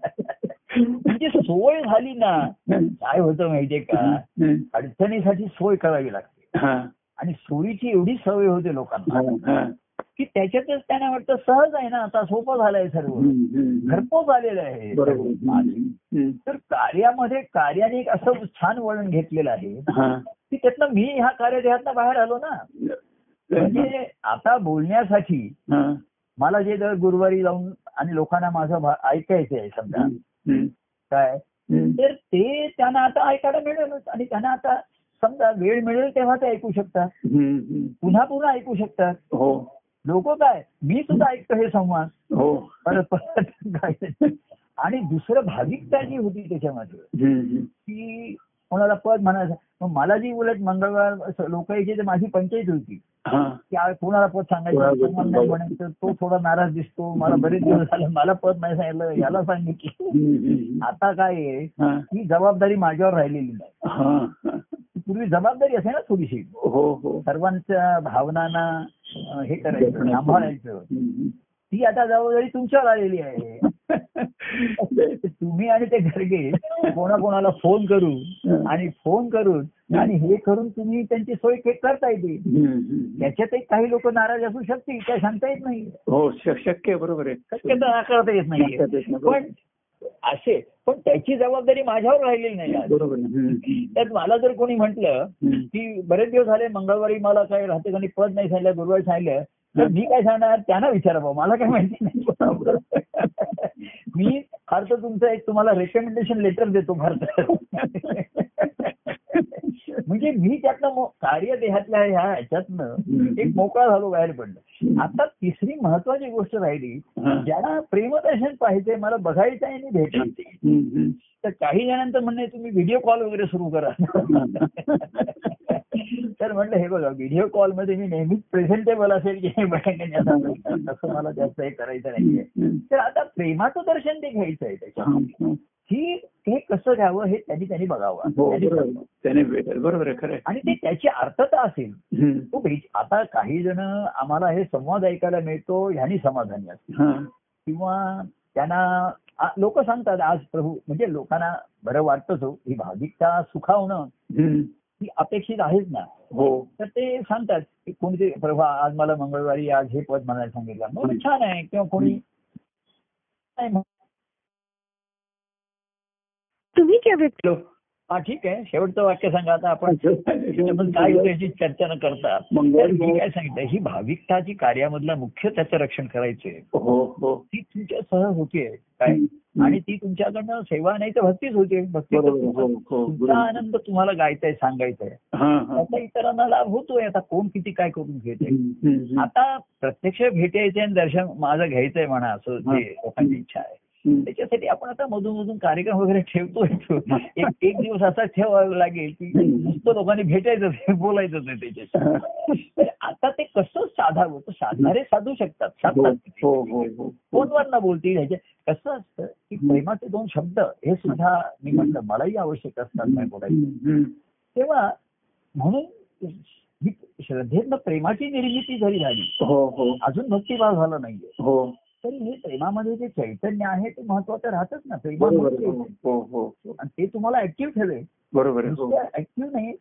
S1: म्हणजे सोय झाली ना
S2: हम्म.
S1: काय होतं माहितीये का
S2: हम्म.
S1: अडचणीसाठी सोय करावी लागते
S2: हा.
S1: आणि सोयीची एवढी सवय होते
S2: हा.
S1: लोकांना
S2: हा.
S1: की त्याच्यातच त्यांना वाटतं सहज आहे ना आता सोपं झालंय सर्व
S2: हम्म. हम्म.
S1: घरपोच आलेलं आहे
S2: बरोबर
S1: आणि
S2: हम्म.
S1: तर कार्यामध्ये कार्याने एक असं छान वळण घेतलेलं आहे
S2: हा.
S1: की त्यातनं मी ह्या कार्यदेहातनं बाहेर आलो ना म्हणजे आता बोलण्यासाठी
S2: हा.
S1: मला जे दर गुरुवारी जाऊन आणि लोकांना माझं भा- ऐकायचं आहे समजा
S2: हम्म.
S1: काय
S2: हम्म.
S1: तर ते त्यांना आता ऐकायला मिळेलच आणि त्यांना आता समजा वेळ मिळेल तेव्हा ते ऐकू शकतात
S2: हम्म.
S1: पुन्हा पुन्हा ऐकू शकतात
S2: हो
S1: लोक काय मी सुद्धा ऐकतो हे संवाद
S2: हो
S1: परत परत काय. आणि दुसरं भाविकता जी होती त्याच्यामध्ये
S2: हम्म.
S1: की कोणाला पद म्हणायचं मग मला जी उलट मंगळवार लोक यायचे तर माझी पंचायत होती
S2: हा.
S1: की आ- कोणाला पद सांगायचं
S2: बरोबर.
S1: कोणाला नाही म्हणायचं तो थोडा नाराज दिसतो मला बरेच दिवस झाले मला पद नाही सांगितलं याला सांगितलं
S2: हम्म.
S1: आता काय आहे
S2: हा.
S1: ही जबाबदारी माझ्यावर राहिलेली नाही
S2: हा. हा.
S1: पूर्वी जबाबदारी असे ना थोडीशी
S2: हो हो
S1: सर्वांच्या भावनांना अं, हे करायचं सांभाळायचं
S2: हम्म.
S1: ती आता जबाबदारी तुमच्यावर आलेली आहे तुम्ही आणि ते घरगे कोणाकोणाला फोन करू आणि फोन करून आणि हे करून तुम्ही त्यांची सोय के- करता येते
S2: हम्म.
S1: त्याच्यातही काही लोक नाराज असू शकतील काय सांगता येत नाही
S2: हो श- शक्य आहे, बरोबर आहे
S1: शक्यता करता येत
S2: करता येत
S1: नाही
S2: नाही.
S1: पण असे पण त्याची जबाबदारी माझ्यावर राहिलेली नाही आज.
S2: बरोबर आहे. हम्म.
S1: त्यात मला जर कोणी म्हटलं
S2: हम्म.
S1: की बरेच दिवस झाले मंगळवारी मला काय राहते आणि पद नाही सांगितलं गुरुवारी सांगितलं तर मी काय सांगणार त्यांना विचारा भाऊ मला काय माहिती नाही मी फार तर तुमचं एक तुम्हाला रेकमेंडेशन लेटर देतो फार तर म्हणजे मी त्यातनं मो- कार्यदेहातल्या ह्या ह्याच्यातनं एक मोकळा झालो बाहेर पडलो आता तिसरी महत्वाची गोष्ट राहिली
S2: हा.
S1: ज्याला प्रेमदर्शन पाहिजे मला बघायचं आहे आणि भेटायचं आहे.
S2: हम्म.
S1: तर काही जणांचं म्हणणं आहे, तुम्ही व्हिडिओ कॉल वगैरे सुरू करा तर म्हटलं हे बघा व्हिडिओ कॉल मध्ये मी नेहमीच प्रेझेंटेबल असेल की हे बघायला नाही असं तसं मला जास्त हे करायचं नाहीये
S2: हम्म.
S1: तर आता प्रेमाचं दर्शन ते घ्यायचं आहे त्याच्या
S2: हा.
S1: की हे कसं घ्यावं हे त्यांनी त्यांनी बघावं
S2: हो
S1: त्यांनी
S2: बरोबर
S1: बघावं.
S2: आहे. त्याने भेटेल बरोबर आहे खरं आहे.
S1: आणि ते त्याची अर्थता असेल
S2: हम्म.
S1: तो भेट- आता काही जण आम्हाला हे संवाद ऐकायला मिळतो ह्यानी समाधानी असतो
S2: हा.
S1: किंवा त्यांना लोक सांगतात आज प्रभू म्हणजे लोकांना बरं वाटतंच हो ही भाविकता सुखावणं
S2: हम्म.
S1: ही अपेक्षित आहेच ना
S2: हो
S1: तर ते सांगतात की कोणते प्रभू आज मला मंगळवारी आज हे पद म्हणायला सांगितलं मग
S2: हं.
S1: छान आहे किंवा कोणी नाही मग.
S3: तुम्ही त्या व्यक्ती
S2: हॅलो.
S1: हा ठीक आहे शेवटचं वाक्य सांगा आता आपण त्याच्याबद्दल काय होतं याची चर्चा न करता तर मी काय
S2: मंगळवार
S1: सांगितलं ही भाविकता जी कार्यामधला मुख्य त्याचं रक्षण करायचंय
S2: हो हो
S1: ती तुमच्या सहज होते काय आणि ती तुमच्याकडनं सेवा नाही तर भक्तीच होते भक्ती
S2: बरोबर हो हो
S1: तुमचा
S2: बरोबर.
S1: आनंद तुम्हाला गायचाय सांगायचाय
S2: हा हा
S1: त्याचा इतरांना लाभ होतोय आता कोण किती काय करून घेते
S2: हम्म, हम्म,
S1: आता प्रत्यक्ष भेटायचे आणि दर्शन माझं घ्यायचंय म्हणा असं जे लोकांची इच्छा आहे
S2: हम्म.
S1: त्याच्यासाठी आपण आता मधून मधून कार्यक्रम वगैरे ठेवतोय एक एक दिवस असा ठेवावा लागेल की नुसतं लोकांनी भेटायचं नाही, बोलायचं नाही त्याच्याशी
S2: हा.
S1: तर आता ते कसं साधावं तर साधणारे साधू शकतात
S2: हो
S1: साधतात
S2: हो हो हो.
S1: फोनवर न बोलतील ह्याचे कसं असतं की प्रेमाचे दोन शब्द हे सुद्धा मी म्हटलं मलाही आवश्यक असतात काय बोलायचं
S2: हम्म,
S1: तेव्हा म्हणून ही श्रद्धेतनं प्रेमाची निर्मिती जरी झाली
S2: हो हो
S1: अजून भक्तिभाव झाला नाहीये
S2: हो
S1: तरी हे प्रेमामध्ये जे चैतन्य आहे ते महत्वाचं राहतच ना
S2: बरोबर
S1: प्रेमामध्ये
S2: आहे. हो हो हो.
S1: आणि ते तुम्हाला ऍक्टिव्ह ठेवेल
S2: बरोबर आहे. हो.
S1: नुसतं ऍक्टिव्ह नाही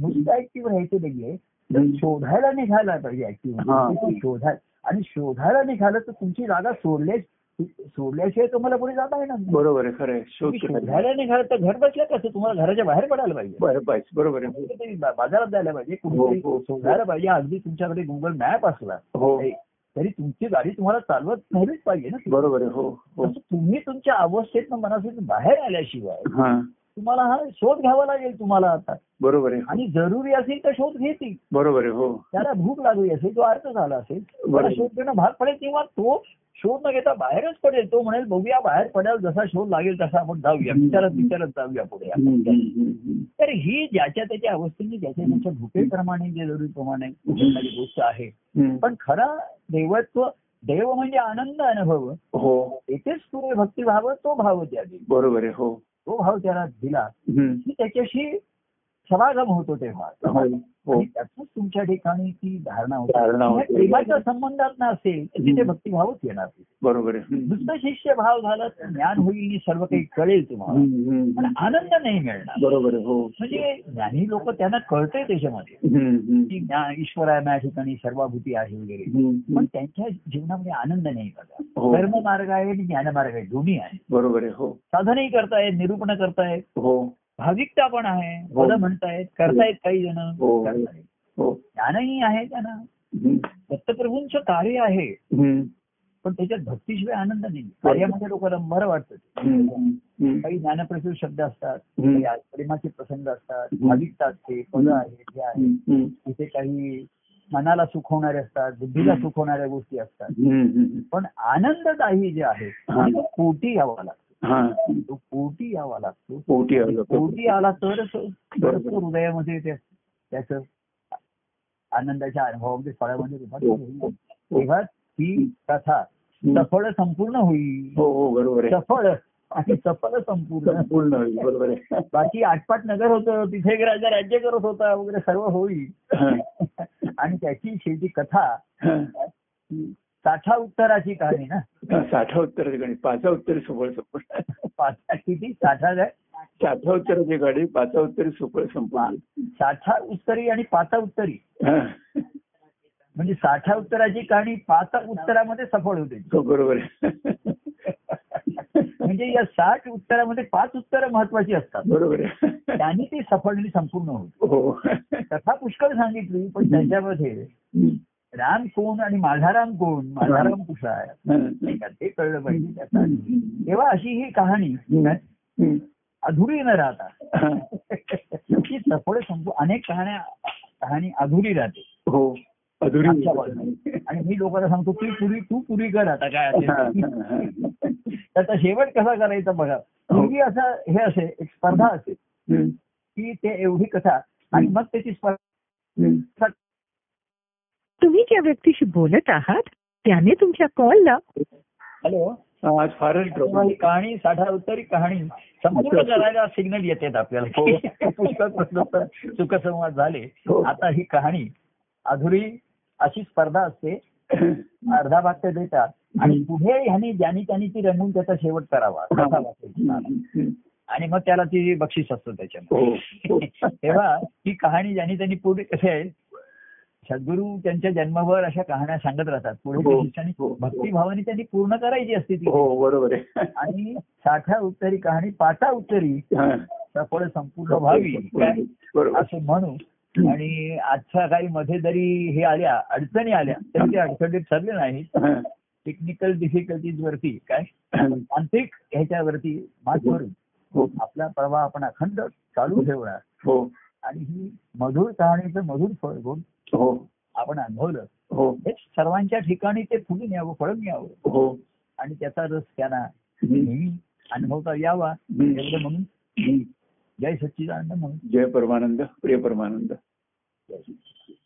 S1: नुसतं ऍक्टिव्ह राहायचं नाहीये
S2: हम्म.
S1: शोधायला निघायला पाहिजे
S2: हा.
S1: ऍक्टिव्ह शोधाय आणि शोधायला निघालं तर तुमची जागा सोडल्या सोडल्याशिवाय तुम्हाला पुढे जाता येणार नाही
S2: बरोबर आहे खरं आहे शोध
S1: तुम्ही
S2: करायला.
S1: शोधायला निघालं तर घर बसल्या कसं तुम्हाला घराच्या बाहेर पडायला पाहिजे
S2: बरं, बाईस. बरोबर आहे
S1: कुठेतरी बा- बाजारात जायला पाहिजे कुठेतरी
S2: हो, हो.
S1: शोधायला पाहिजे अगदी तुमच्याकडे गुगल मॅप असला
S2: हो
S1: तरी तरी तुमची गाडी तुम्हाला चालवत नाहीच पाहिजे ना
S2: बरोबर आहे हो हो
S1: तसं म्हणजे तुम्ही तुमच्या अवस्थेतनं मनासून बाहेर आल्याशिवाय
S2: हा
S1: तुम्हाला हा शोध घ्यावा लागेल तुम्हाला आता
S2: बरोबर आहे
S1: आणि जरुरी असेल तर शोध घेतील
S2: बरोबर आहे हो
S1: त्याला भूक लागली असेल तो अर्थ झाला असेल त्याला
S2: बरोबर.
S1: शोध घेणं भाग पडेल किंवा तो शोध न घेता बाहेरच पडेल तो म्हणेल बघूया बाहेर पडायला जसा शोध लागेल तसा आपण जाऊया विचारत विचारत जाऊया पुढे आपण.
S2: हम्म, हम्म, हम्म.
S1: तर ही ज्याच्या त्याच्या अवस्थेने ज्याच्या त्याच्या भूकेप्रमाणे जे जरुरीप्रमाणे होणारी गोष्ट आहे
S2: हम्म.
S1: पण खरा देवत्व देव म्हणजे आनंद अनुभव
S2: हो
S1: येथेच तुरे भक्ती भाव तो भाव त्याने
S2: बरोबर आहे हो
S1: तो भाव त्याला दिला
S2: हम्म.
S1: की त्याच्याशी समागम होतो तेव्हा
S2: हो
S1: आणि त्यातच तुमच्या ठिकाणी ती धारणा होती
S2: धारणा
S1: म्हणजे
S2: होते.
S1: प्रेमाच्या संबंधात ना असेल तर तिथे
S2: हम्म.
S1: भक्तिभावच येणार
S2: बरोबर आहे हम्म.
S1: नुसतं शिष्य भाव झाला तर ज्ञान होईल आणि सर्व काही कळेल तुम्हाला
S2: हम्म, हम्म,
S1: पण
S2: हम्म.
S1: आनंद नाही मिळणार
S2: बरोबर आहे हो
S1: म्हणजे ज्ञानी लोक त्यांना कळतंय त्याच्यामध्ये
S2: हम्म,
S1: की
S2: हम्म.
S1: ज्ञान ईश्वर आहे माझ्या ठिकाणी सर्वाभूती आहे वगैरे
S2: हम्म,
S1: पण
S2: हम्म.
S1: त्यांच्या जीवनामध्ये आनंद नाही करता
S2: हो.
S1: कर्म मार्ग आहे आणि ज्ञान मार्ग आहे दोन्ही आहे
S2: बरोबर आहे हो
S1: साधनही करतायत निरूपण करतायत
S2: हो
S1: भाविकता पण आहे
S2: हो.
S1: मला म्हणतायत करतायत काही जण
S2: हो.
S1: करतायत.
S2: हो
S1: ज्ञानही आहे त्यांना
S2: हम्म,
S1: दत्तप्रभूंचं कार्य आहे
S2: हम्म,
S1: पण त्याच्यात भक्तीशिवाय आनंद नाही कार्यामध्ये लोकांना बरं
S2: हम्म,
S1: वाटतं
S2: हम्म.
S1: काही ज्ञानप्रसूर शब्द असतात
S2: हम्म.
S1: काही प्रेमाचे प्रसंग असतात
S2: हम्म.
S1: भाविकता असते पद आहेत हे आहे
S2: हम्म, हम्म.
S1: तिथे काही मनाला सुखवणारे असतात बुद्धीला
S2: हम्म.
S1: सुखवणाऱ्या गोष्टी असतात
S2: हम्म, हम्म.
S1: पण आनंददायी जे आहे
S2: हा.
S1: तो पोटी यावा लागतो
S2: हा
S1: तो पोटी यावा लागतो
S2: पोटी आलं
S1: पोटी आला तरच तरच तो
S2: बरोबर.
S1: हृदयामध्ये त्या- त्याचं आनंदाच्या अनुभवामध्ये फळामध्ये रूपांतर
S2: हो,
S1: होईल.
S2: हो, हो.
S1: तेव्हा ती कथा
S2: हम्म.
S1: सफळ संपूर्ण होईल
S2: हो हो बरोबर आहे
S1: सफळ आणि सफळ संपूर्ण
S2: संपूर्ण होईल, बरोबर आहे
S1: बाकी आटपाट नगर होतं तिथे एक राजा राज्य करत होता वगैरे सर्व होईल
S2: हा,
S1: आणि त्याची शेवटी कथा
S2: हा.
S1: साठा उत्तराची कहाणी ना
S2: साठा उत्तराचे गणित पाचा उत्तर सुफळ संपूर्ण
S1: पाच किती साठा काय?
S2: साठा उत्तराचे गणित पाचा उत्तर सुफळ संपूर्ण
S1: साठा उत्तरी आणि पाचा उत्तरी
S2: हा.
S1: म्हणजे साठा उत्तराची कहाणी पाच उत्तरामध्ये सफळ होते
S2: हो बरोबर आहे
S1: म्हणजे या साठ उत्तरामध्ये पाच उत्तरं महत्वाची असतात
S2: बरोबर आहे
S1: त्यांनी ती सफळली संपूर्ण होती
S2: हो
S1: कथा पुष्कळ सांगितली पण त्याच्यामध्ये राम कोण आणि माझा राम कोण माझा राम कुठला आहे नाही का? ते कळलं पाहिजे त्याचा तेव्हा अशी ही कहाणी
S2: हम्म.
S1: अधुरी न राहता
S2: हा.
S1: ती सफळ संपू अनेक कहाण्या कहाणी अधुरी राहते
S2: हो अधुरी
S1: मागच्या बाजूला. आणि मी लोकांना सांगतो तू पुरी तू पुरी कर आता काय
S2: हा,
S1: असेल
S2: हा, हो. हा.
S1: त्याचा शेवट कसा करायचा बघा पूर्वी असं हे असे एक स्पर्धा असे
S2: हम्म,
S1: की ते एवढी कथा आणि मग त्याची स्पर्धा
S2: हम्म.
S3: तुम्ही ज्या व्यक्तीशी बोलत आहात त्याने तुमच्या कॉलला
S1: हॅलो
S2: आज फारच
S1: तेव्हा
S2: ड्रॉप
S1: ही कहाणी साठा उत्तरी कहाणी संपूर्ण करायला सिग्नल येतात आपल्याला
S2: हो.
S1: पुष्कळ प्रश्नोत्तर सुखसंवाद झाले
S2: हो.
S1: आता ही कहाणी अधुरी अशी स्पर्धा असते अर्धा भाग ते देतात आणि पुढे ह्यानी ज्यानी त्यांनी ती रंगून त्याचा शेवट करावा
S2: हो.
S1: कसा वाचायची. आणि मग त्याला ती बक्षीस असतो त्याच्यामध्ये
S2: हो.
S1: तेव्हा ही कहाणी ज्यानी त्यांनी पुढे कसे आहे सद्गुरू त्यांच्या जन्मभर अशा कहाण्या सांगत राहतात पुढे
S2: हो.
S1: त्या ठिकाणी
S2: हो. हो.
S1: भक्तिभावाने त्यांनी पूर्ण करायची असते ती
S2: हो बरोबर आहे
S1: आणि साठा उत्तरी कहाणी पाटा उत्तरी
S2: हा.
S1: सफळ संपूर्ण व्हावी काय?
S2: बरोबर
S1: असं म्हणू आणि आजच्या काही मध्ये जरी हे आल्या अडचणी आल्या तरी त्या अडचणी ठरले नाही
S2: हा.
S1: टेक्निकल डिफिकल्टीज वरती काय तांत्रिक ह्याच्यावरती मात करून
S2: हो
S1: आपला प्रवाह आपण अखंड चालू ठेवणार
S2: हो
S1: आणि ही मधुर कहाणीचं मधुर फळ गुण
S2: हो
S1: आपण अनुभवलं
S2: हो
S1: हे सर्वांच्या ठिकाणी ते फुलून यावं फळून यावं
S2: हो
S1: आणि त्याचा रस त्यांना
S2: हम्म.
S1: नेहमी अनुभवता यावा
S2: हम्म.
S1: एवढं म्हणून
S2: हम्म.
S1: जय सच्चिदानंद म्हणून
S2: जय परमानंद प्रिय परमानंद
S1: जय सच्चिदानंद.